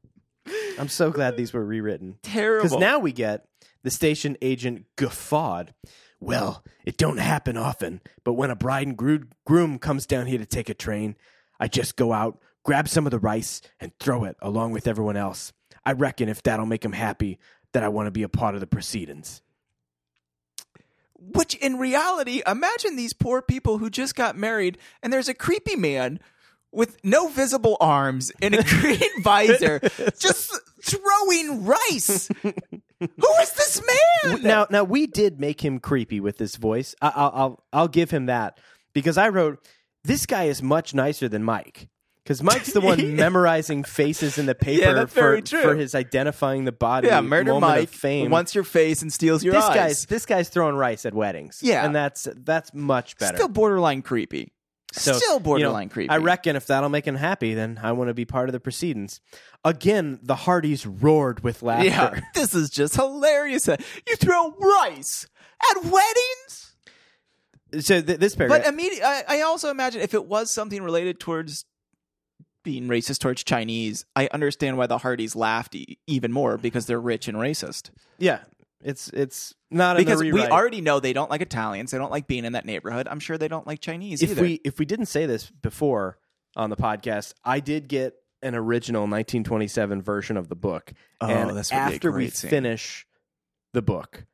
[SPEAKER 1] I'm so glad these were rewritten.
[SPEAKER 2] Terrible.
[SPEAKER 1] Because now we get the station agent guffawed. Well, it don't happen often, but when a bride and gru- groom comes down here to take a train, I just go out, grab some of the rice, and throw it along with everyone else. I reckon if that'll make 'em happy, that I want to be a part of the proceedings.
[SPEAKER 2] Which, in reality, imagine these poor people who just got married, and there's a creepy man with no visible arms in a green visor just throwing rice. who is this man?
[SPEAKER 1] Now, now we did make him creepy with this voice. I, I'll, I'll, I'll give him that because I wrote, "This guy is much nicer than Mike." Because Mike's the one memorizing faces in the paper
[SPEAKER 2] that's
[SPEAKER 1] for,
[SPEAKER 2] very true.
[SPEAKER 1] for his identifying the body.
[SPEAKER 2] yeah, murder
[SPEAKER 1] moment
[SPEAKER 2] Mike
[SPEAKER 1] of fame.
[SPEAKER 2] wants your face and steals your
[SPEAKER 1] this
[SPEAKER 2] eyes.
[SPEAKER 1] guy's this guy's throwing rice at weddings.
[SPEAKER 2] Yeah.
[SPEAKER 1] and that's that's much better.
[SPEAKER 2] still borderline creepy.
[SPEAKER 1] So, you
[SPEAKER 2] still
[SPEAKER 1] know,
[SPEAKER 2] borderline creepy.
[SPEAKER 1] I reckon if that'll make him happy, then I want to be part of the proceedings. Again, the Hardys roared with laughter.
[SPEAKER 2] Yeah, this is just hilarious. You throw rice at weddings.
[SPEAKER 1] So th- this paragraph.
[SPEAKER 2] But um, immediately, I, I also imagine if it was something related towards being racist towards Chinese, I understand why the Hardys laughed e- even more because they're rich and racist.
[SPEAKER 1] Yeah, it's it's not in the
[SPEAKER 2] Because we
[SPEAKER 1] rewrite.
[SPEAKER 2] already know they don't like Italians, they don't like being in that neighborhood. I'm sure they don't like Chinese
[SPEAKER 1] If
[SPEAKER 2] either.
[SPEAKER 1] we if we didn't say this before on the podcast, I did get an original 1927 version of the book.
[SPEAKER 2] Oh,
[SPEAKER 1] and
[SPEAKER 2] this would be a
[SPEAKER 1] after we
[SPEAKER 2] great scene.
[SPEAKER 1] finish the book,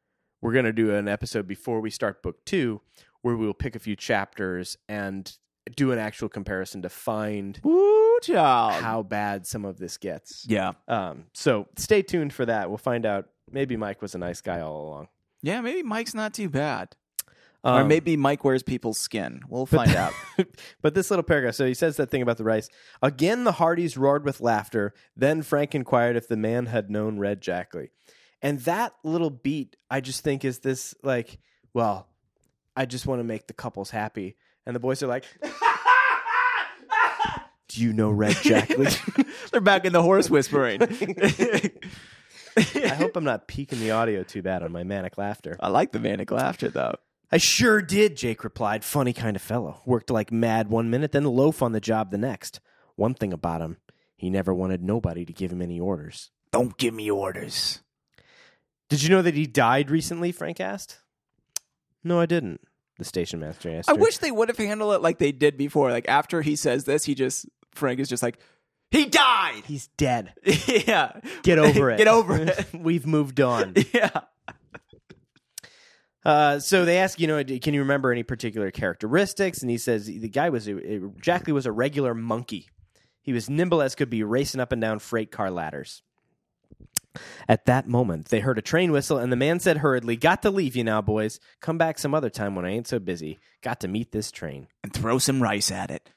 [SPEAKER 1] we're gonna do an episode before we start book two, where we will pick a few chapters and do an actual comparison to find
[SPEAKER 2] Woo, child.
[SPEAKER 1] how bad some of this gets.
[SPEAKER 2] yeah,
[SPEAKER 1] Um, so stay tuned for that. We'll find out. Maybe Mike was a nice guy all along,
[SPEAKER 2] yeah. Maybe Mike's not too bad, or
[SPEAKER 1] Um,
[SPEAKER 2] maybe Mike wears people's skin. We'll find out.
[SPEAKER 1] but this little paragraph, so he says that thing about the rice. Again, the Hardys roared with laughter. Then Frank inquired if the man had known Red Jackley. And that little beat, I just think, is this like, well, I just want to make the couples happy. And the boys are like, Do you know Red Jackley?
[SPEAKER 2] They're back in the horse whispering.
[SPEAKER 1] I hope I'm not peaking the audio too bad on my manic laughter.
[SPEAKER 2] I like the manic laughter though.
[SPEAKER 1] I sure did, Jake replied. Funny kind of fellow. Worked like mad one minute, then loaf on the job the next. One thing about him, he never wanted nobody to give him any orders.
[SPEAKER 2] Don't give me orders.
[SPEAKER 1] Did you know that he died recently? Frank asked. No, I didn't. The station master asked.
[SPEAKER 2] I
[SPEAKER 1] her.
[SPEAKER 2] wish they would have handled it like they did before. Like after he says this, he just Frank is just like, he died.
[SPEAKER 1] he's dead.
[SPEAKER 2] yeah,
[SPEAKER 1] Get over it.
[SPEAKER 2] Get over it.
[SPEAKER 1] We've moved on.
[SPEAKER 2] yeah.
[SPEAKER 1] Uh, so they ask, you know, do- can you remember any particular characteristics? And he says the guy was a, a- Jack Lee was a regular monkey. He was nimble as could be, racing up and down freight car ladders. At that moment, they heard a train whistle, and the man said hurriedly, "Got to leave you now, boys. Come back some other time when I ain't so busy. Got to meet this train."
[SPEAKER 2] And throw some rice at it.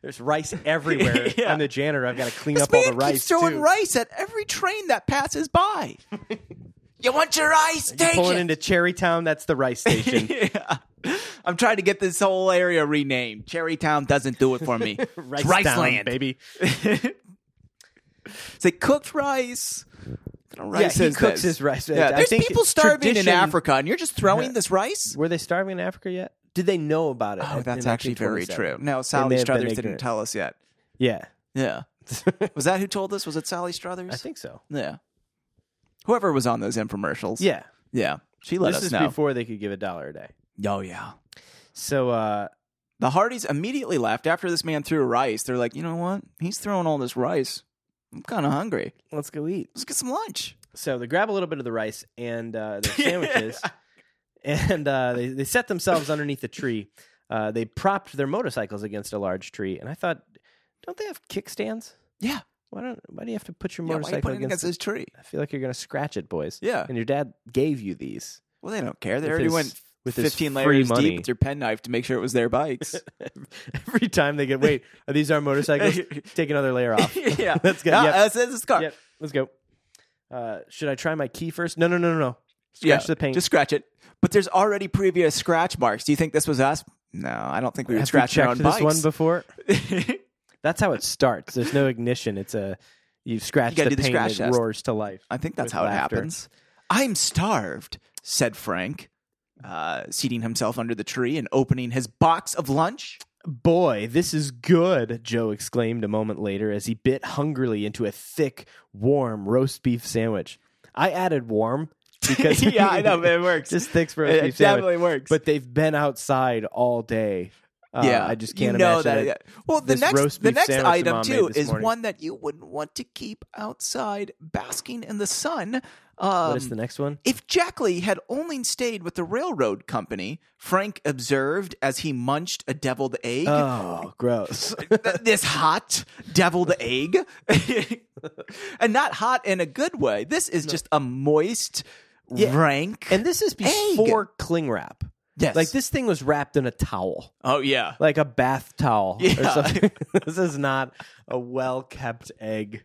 [SPEAKER 1] There's rice everywhere.
[SPEAKER 2] Yeah.
[SPEAKER 1] I'm the janitor. I've got to clean
[SPEAKER 2] This
[SPEAKER 1] up all
[SPEAKER 2] man
[SPEAKER 1] the rice
[SPEAKER 2] keeps throwing
[SPEAKER 1] too.
[SPEAKER 2] rice at every train that passes by. you want your rice? Take
[SPEAKER 1] Pulling
[SPEAKER 2] it.
[SPEAKER 1] into Cherrytown, that's the rice station.
[SPEAKER 2] yeah. I'm trying to get this whole area renamed. Cherrytown doesn't do it for me. It's
[SPEAKER 1] rice
[SPEAKER 2] Riceland.
[SPEAKER 1] town, baby.
[SPEAKER 2] It's like cooked rice. What kind of rice
[SPEAKER 1] he
[SPEAKER 2] is
[SPEAKER 1] cooks
[SPEAKER 2] this?
[SPEAKER 1] his rice.
[SPEAKER 2] Yeah,
[SPEAKER 1] I
[SPEAKER 2] there's
[SPEAKER 1] think
[SPEAKER 2] people starving in
[SPEAKER 1] tradition-
[SPEAKER 2] Africa, and you're just throwing this rice.
[SPEAKER 1] Were they starving in Africa yet? Did they know about it?
[SPEAKER 2] Oh,
[SPEAKER 1] in-
[SPEAKER 2] that's
[SPEAKER 1] in
[SPEAKER 2] actually very
[SPEAKER 1] 1927?
[SPEAKER 2] true. No,
[SPEAKER 1] have
[SPEAKER 2] Sally
[SPEAKER 1] been
[SPEAKER 2] Struthers didn't
[SPEAKER 1] ignorant.
[SPEAKER 2] tell us yet.
[SPEAKER 1] Yeah,
[SPEAKER 2] Yeah. was that who told us? Was it Sally Struthers?
[SPEAKER 1] I think so.
[SPEAKER 2] Yeah. Whoever was on those infomercials.
[SPEAKER 1] Yeah,
[SPEAKER 2] Yeah. She let
[SPEAKER 1] this
[SPEAKER 2] us
[SPEAKER 1] is
[SPEAKER 2] know.
[SPEAKER 1] before they could give a dollar a day.
[SPEAKER 2] oh, yeah.
[SPEAKER 1] So, uh,
[SPEAKER 2] The Hardys immediately left after this man threw rice. They're like, you know what? He's throwing all this rice. I'm kind of hungry.
[SPEAKER 1] let's go eat.
[SPEAKER 2] Let's get some lunch.
[SPEAKER 1] So they grab a little bit of the rice and uh, their sandwiches, and uh, they they set themselves underneath a tree. Uh, they propped their motorcycles against a large tree, and I thought, don't they have kickstands?
[SPEAKER 2] Yeah.
[SPEAKER 1] Why don't? Why do you have to put your
[SPEAKER 2] Yeah, why are you
[SPEAKER 1] motorcycle
[SPEAKER 2] putting it
[SPEAKER 1] against?
[SPEAKER 2] against this tree?
[SPEAKER 1] I feel like you're gonna scratch it, boys.
[SPEAKER 2] Yeah.
[SPEAKER 1] And your dad gave you these.
[SPEAKER 2] Well, they don't care. They
[SPEAKER 1] With
[SPEAKER 2] already
[SPEAKER 1] his-
[SPEAKER 2] went
[SPEAKER 1] with his
[SPEAKER 2] 15
[SPEAKER 1] free
[SPEAKER 2] layers
[SPEAKER 1] money.
[SPEAKER 2] deep with your penknife to make sure it was their bikes.
[SPEAKER 1] Every time they get, wait, are these our motorcycles? Take another layer off.
[SPEAKER 2] yeah.
[SPEAKER 1] Let's go.
[SPEAKER 2] No,
[SPEAKER 1] Yep.
[SPEAKER 2] that's, that's his car.
[SPEAKER 1] Yep, let's go. Uh, should I try my key first? No, no, no, no, no. Scratch the paint.
[SPEAKER 2] Just scratch it. But there's already previous scratch marks. Do you think this was us? No, I don't think we would
[SPEAKER 1] Have we
[SPEAKER 2] scratch our own
[SPEAKER 1] checked this one
[SPEAKER 2] bikes.
[SPEAKER 1] before? That's how it starts. There's no ignition. It's a you scratch
[SPEAKER 2] gotta
[SPEAKER 1] the
[SPEAKER 2] do the
[SPEAKER 1] paint
[SPEAKER 2] scratch
[SPEAKER 1] and it
[SPEAKER 2] test.
[SPEAKER 1] roars to life.
[SPEAKER 2] I think that's
[SPEAKER 1] With
[SPEAKER 2] how it
[SPEAKER 1] laughter.
[SPEAKER 2] happens. I'm starved, said Frank, uh, seating himself under the tree and opening his box of lunch.
[SPEAKER 1] Boy, this is good, Joe exclaimed a moment later as he bit hungrily into a thick, warm roast beef sandwich. I added warm because
[SPEAKER 2] yeah, I know, but it works.
[SPEAKER 1] Just thick roast
[SPEAKER 2] it
[SPEAKER 1] beef sandwich.
[SPEAKER 2] definitely works.
[SPEAKER 1] But they've been outside all day. Uh,
[SPEAKER 2] yeah,
[SPEAKER 1] I just can't
[SPEAKER 2] you know
[SPEAKER 1] imagine it.
[SPEAKER 2] that. Well, the
[SPEAKER 1] this
[SPEAKER 2] next
[SPEAKER 1] roast
[SPEAKER 2] the
[SPEAKER 1] beef
[SPEAKER 2] next
[SPEAKER 1] sandwich
[SPEAKER 2] item
[SPEAKER 1] Mom made
[SPEAKER 2] too
[SPEAKER 1] this
[SPEAKER 2] is
[SPEAKER 1] morning.
[SPEAKER 2] one that you wouldn't want to keep outside, basking in the sun. Um,
[SPEAKER 1] what is the next one?
[SPEAKER 2] If Jackley had only stayed with the railroad company, Frank observed as he munched a deviled egg.
[SPEAKER 1] Oh, gross.
[SPEAKER 2] Th- this hot deviled egg. and not hot in a good way. This is just a moist,
[SPEAKER 1] Yeah.
[SPEAKER 2] rank.
[SPEAKER 1] and this is before cling wrap.
[SPEAKER 2] yes.
[SPEAKER 1] Like this thing was wrapped in a towel,
[SPEAKER 2] Oh, yeah.
[SPEAKER 1] like a bath towel or
[SPEAKER 2] Yeah.
[SPEAKER 1] something. this is not a well kept egg.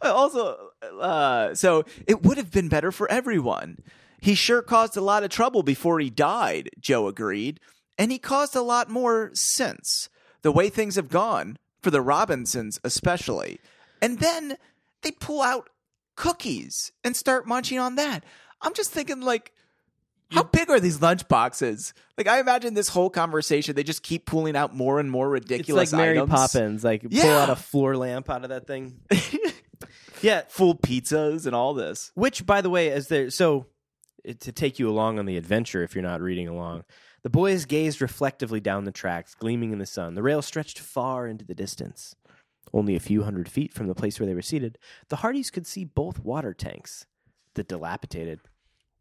[SPEAKER 2] Also, uh, so it would have been better for everyone. He sure caused a lot of trouble before he died, Joe agreed, and he caused a lot more since. The way things have gone, for the Robinsons especially. And then they pull out cookies and start munching on that. I'm just thinking, like, how big are these lunch boxes? Like, I imagine this whole conversation, they just keep pulling out more and more
[SPEAKER 1] It's
[SPEAKER 2] ridiculous
[SPEAKER 1] like Mary
[SPEAKER 2] items.
[SPEAKER 1] Poppins, like pull
[SPEAKER 2] Yeah.
[SPEAKER 1] out a floor lamp out of that thing. yeah,
[SPEAKER 2] Full pizzas and all this.
[SPEAKER 1] Which, by the way, as they so it- to take you along on the adventure, if you're not reading along, the boys gazed reflectively down the tracks, gleaming in the sun. The rail stretched far into the distance. Only a few hundred feet from the place where they were seated, the Hardys could see both water tanks, the dilapidated,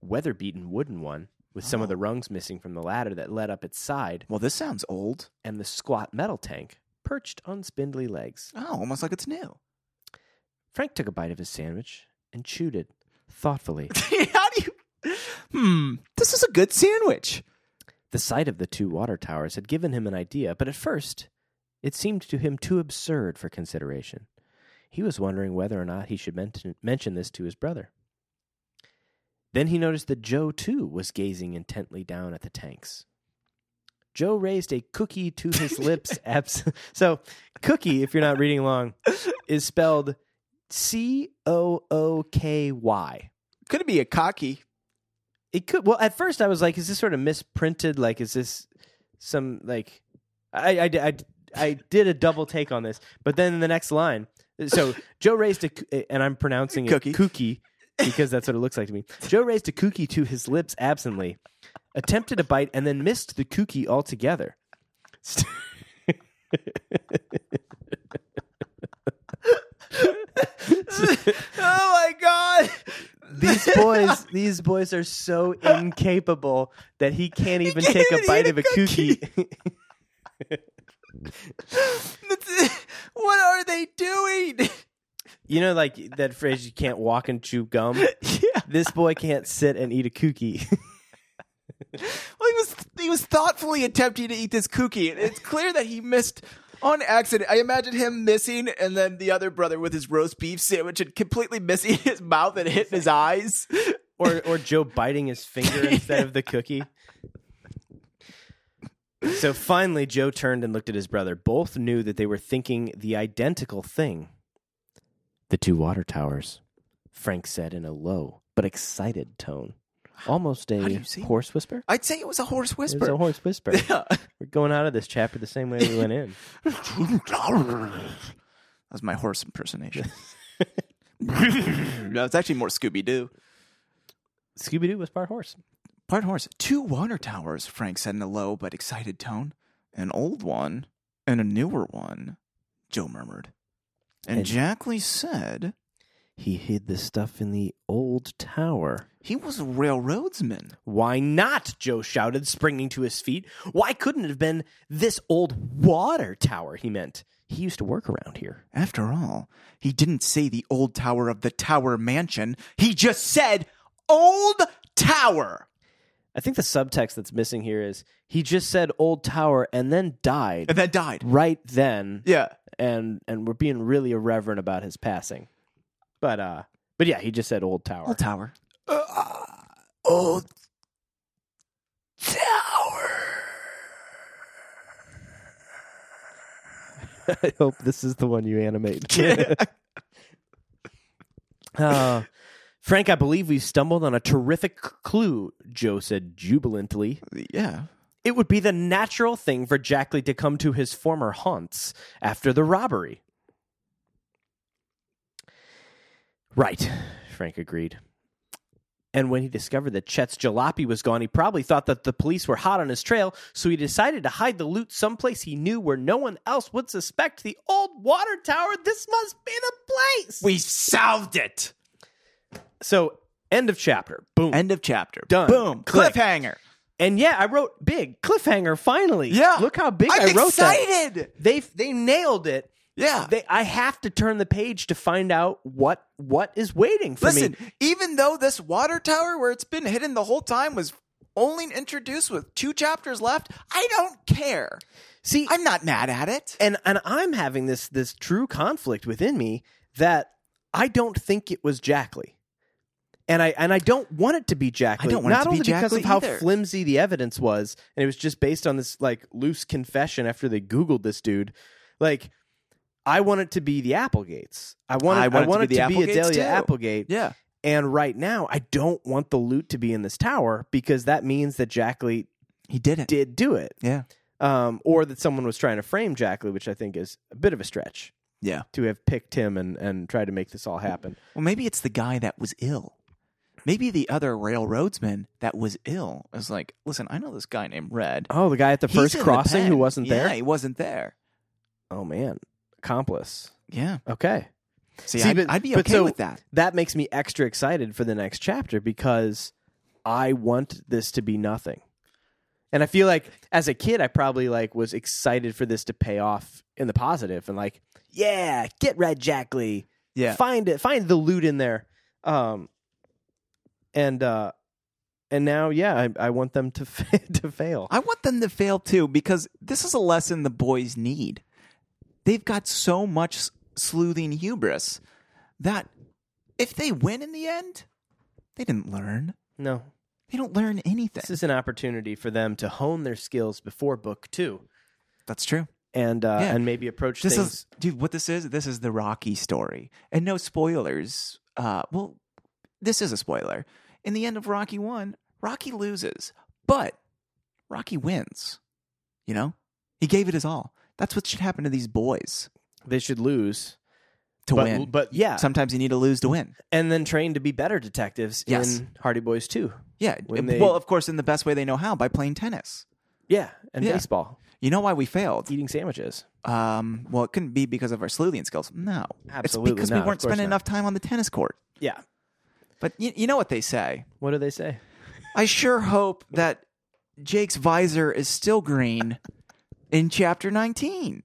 [SPEAKER 1] weather-beaten wooden one with some
[SPEAKER 2] Oh.
[SPEAKER 1] of the rungs missing from the ladder that led up its side,
[SPEAKER 2] Well, this sounds old.
[SPEAKER 1] and the squat metal tank perched on spindly legs.
[SPEAKER 2] Oh, almost like it's new.
[SPEAKER 1] Frank took a bite of his sandwich and chewed it thoughtfully.
[SPEAKER 2] How do you? Hmm. This is a good sandwich.
[SPEAKER 1] The sight of the two water towers had given him an idea, but at first it seemed to him too absurd for consideration. He was wondering whether or not he should mention, mention this to his brother. Then he noticed that Joe, too, was gazing intently down at the tanks. Joe raised a cookie to his lips. Abs- so, cookie, if you're not reading along, is spelled C O O K Y.
[SPEAKER 2] Could it be a cocky?
[SPEAKER 1] It could. Well, at first I was like, is this sort of misprinted? Like, is this some like? I I, I, I did a double take on this, but then in the next line, so Joe raised a, c- and I'm pronouncing it
[SPEAKER 2] Cookie.
[SPEAKER 1] kooky because that's what it looks like to me. Joe raised a kooky to his lips absently, attempted a bite, and then missed the kooky altogether.
[SPEAKER 2] oh my god!
[SPEAKER 1] These boys, these boys are so incapable that he can't even
[SPEAKER 2] can't
[SPEAKER 1] take
[SPEAKER 2] even
[SPEAKER 1] a bite
[SPEAKER 2] eat a
[SPEAKER 1] of a kooky.
[SPEAKER 2] That's- what are they doing?
[SPEAKER 1] you know, like that phrase, you can't walk and chew gum.
[SPEAKER 2] yeah.
[SPEAKER 1] This boy can't sit and eat a kooky.
[SPEAKER 2] Well, he was he was thoughtfully attempting to eat this cookie, and it's clear that he missed on accident. I imagine him missing, and then the other brother with his roast beef sandwich and completely missing his mouth and hitting his eyes.
[SPEAKER 1] or or Joe biting his finger instead of the cookie. So finally, Joe turned and looked at his brother. Both knew that they were thinking the identical thing. The two water towers, Frank said in a low but excited tone, almost
[SPEAKER 2] How do
[SPEAKER 1] a
[SPEAKER 2] you say-
[SPEAKER 1] hoarse whisper.
[SPEAKER 2] I'd say it was a horse
[SPEAKER 1] It was a
[SPEAKER 2] whisper.
[SPEAKER 1] hoarse whisper. We're going out of this chapter the same way we went in.
[SPEAKER 2] that was my horse impersonation. no, it's actually more Scooby Doo.
[SPEAKER 1] Scooby Doo was part horse.
[SPEAKER 2] Part horse. Two water towers, Frank said in a low but excited tone. An old one and a newer one, Joe murmured. And,
[SPEAKER 1] And-
[SPEAKER 2] Jack Lee said
[SPEAKER 1] He hid the stuff in the old tower.
[SPEAKER 2] he was a railroadsman.
[SPEAKER 1] Why not? Joe shouted, springing to his feet. Why couldn't it have been this old water tower? He meant. He used to work around here.
[SPEAKER 2] After all, he didn't say the old tower of the Tower Mansion. He just said old tower.
[SPEAKER 1] I think the subtext that's missing here is he just said old tower and then died
[SPEAKER 2] And then died.
[SPEAKER 1] right then,
[SPEAKER 2] Yeah.
[SPEAKER 1] and and we're being really irreverent about his passing. But uh, but yeah, he just said old tower.
[SPEAKER 2] Old tower. Uh, old tower.
[SPEAKER 1] I hope this is the one you animate. Uh, Frank, I believe we've stumbled on a terrific clue. Joe said jubilantly.
[SPEAKER 2] yeah.
[SPEAKER 1] It would be the natural thing for Jackley to come to his former haunts after the robbery. Right, Frank agreed. And when he discovered that Chet's jalopy was gone, he probably thought that the police were hot on his trail, so he decided to hide the loot someplace he knew where no one else would suspect the old water tower. This must be the place.
[SPEAKER 2] We solved it.
[SPEAKER 1] So, end of chapter. Boom.
[SPEAKER 2] End of chapter.
[SPEAKER 1] Done.
[SPEAKER 2] Boom.
[SPEAKER 1] Click.
[SPEAKER 2] Cliffhanger.
[SPEAKER 1] And yeah, I wrote big cliffhanger finally.
[SPEAKER 2] Yeah.
[SPEAKER 1] Look how big
[SPEAKER 2] I'm
[SPEAKER 1] I wrote that.
[SPEAKER 2] excited.
[SPEAKER 1] They they nailed it.
[SPEAKER 2] Yeah.
[SPEAKER 1] They I have to turn the page to find out what what is waiting for
[SPEAKER 2] Listen,
[SPEAKER 1] me.
[SPEAKER 2] even though this water tower where it's been hidden the whole time was only introduced with two chapters left, I don't care.
[SPEAKER 1] See,
[SPEAKER 2] I'm not mad at it.
[SPEAKER 1] and and I'm having this this true conflict within me that I don't think it was Jackley. And I and I don't want it to be Jackley.
[SPEAKER 2] I don't want it
[SPEAKER 1] Not
[SPEAKER 2] to be
[SPEAKER 1] only because
[SPEAKER 2] Jackley
[SPEAKER 1] of how
[SPEAKER 2] either.
[SPEAKER 1] flimsy the evidence was, and it was just based on this like loose confession after they Googled this dude. Like, I want it to be the Applegates. I want it,
[SPEAKER 2] I want it to
[SPEAKER 1] it
[SPEAKER 2] be the
[SPEAKER 1] to be
[SPEAKER 2] Applegates,
[SPEAKER 1] Adelia
[SPEAKER 2] too.
[SPEAKER 1] Applegate.
[SPEAKER 2] Yeah.
[SPEAKER 1] And right now, I don't want the loot to be in this tower because that means that Jackley
[SPEAKER 2] He did it.
[SPEAKER 1] did do it
[SPEAKER 2] Yeah.
[SPEAKER 1] um, or that someone was trying to frame Jackley, which I think is a bit of a stretch
[SPEAKER 2] Yeah.
[SPEAKER 1] to have picked him and, and tried to make this all happen.
[SPEAKER 2] Well, maybe it's the guy that was ill. Maybe the other railroadsman that was ill is like, listen, I know this guy named Red.
[SPEAKER 1] Oh, the guy at the
[SPEAKER 2] He's
[SPEAKER 1] first
[SPEAKER 2] in
[SPEAKER 1] crossing
[SPEAKER 2] pen."
[SPEAKER 1] who wasn't
[SPEAKER 2] Yeah,
[SPEAKER 1] there?
[SPEAKER 2] he wasn't there.
[SPEAKER 1] Oh, man. Accomplice.
[SPEAKER 2] Yeah.
[SPEAKER 1] Okay.
[SPEAKER 2] See,
[SPEAKER 1] See,
[SPEAKER 2] I'd,
[SPEAKER 1] but-
[SPEAKER 2] I'd be
[SPEAKER 1] but
[SPEAKER 2] okay
[SPEAKER 1] so-
[SPEAKER 2] with that.
[SPEAKER 1] That makes me extra excited for the next chapter because I want this to be nothing. And I feel like as a kid, I probably like was excited for this to pay off in the positive and like, yeah, get Red Jackley.
[SPEAKER 2] Yeah.
[SPEAKER 1] find it find the loot in there um and uh and now yeah i, I want them to fa- to fail
[SPEAKER 2] I want them to fail too because this is a lesson the boys need. They've got so much s- sleuthing hubris that if they win in the end, they didn't learn.
[SPEAKER 1] no
[SPEAKER 2] They don't learn anything.
[SPEAKER 1] this is an opportunity for them to hone their skills before book two
[SPEAKER 2] That's true.
[SPEAKER 1] and uh,
[SPEAKER 2] Yeah.
[SPEAKER 1] and maybe approach
[SPEAKER 2] This
[SPEAKER 1] things.
[SPEAKER 2] is, dude, what this is? This is the Rocky story, and no spoilers. Uh, well, this is a spoiler. In the end of Rocky One, Rocky loses, but Rocky wins. You know, he gave it his all. That's what should happen to these boys
[SPEAKER 1] they should lose
[SPEAKER 2] to
[SPEAKER 1] but,
[SPEAKER 2] win.
[SPEAKER 1] but yeah,
[SPEAKER 2] Sometimes you need to lose to win.
[SPEAKER 1] and then train to be better detectives
[SPEAKER 2] Yes.
[SPEAKER 1] in Hardy Boys Two.
[SPEAKER 2] Yeah.
[SPEAKER 1] When they-
[SPEAKER 2] well, of course, in the best way they know how by playing tennis.
[SPEAKER 1] Yeah, and
[SPEAKER 2] Yeah.
[SPEAKER 1] baseball,
[SPEAKER 2] You know why we failed?
[SPEAKER 1] eating sandwiches.
[SPEAKER 2] Um, well, it couldn't be because of our sleuthian skills. No,
[SPEAKER 1] Absolutely
[SPEAKER 2] it's because
[SPEAKER 1] not,
[SPEAKER 2] we
[SPEAKER 1] of
[SPEAKER 2] weren't
[SPEAKER 1] course
[SPEAKER 2] spending
[SPEAKER 1] not.
[SPEAKER 2] enough time on the tennis court.
[SPEAKER 1] Yeah,
[SPEAKER 2] But you, you know what they say.
[SPEAKER 1] what do they say?
[SPEAKER 2] I sure hope that Jake's visor is still green in chapter 19.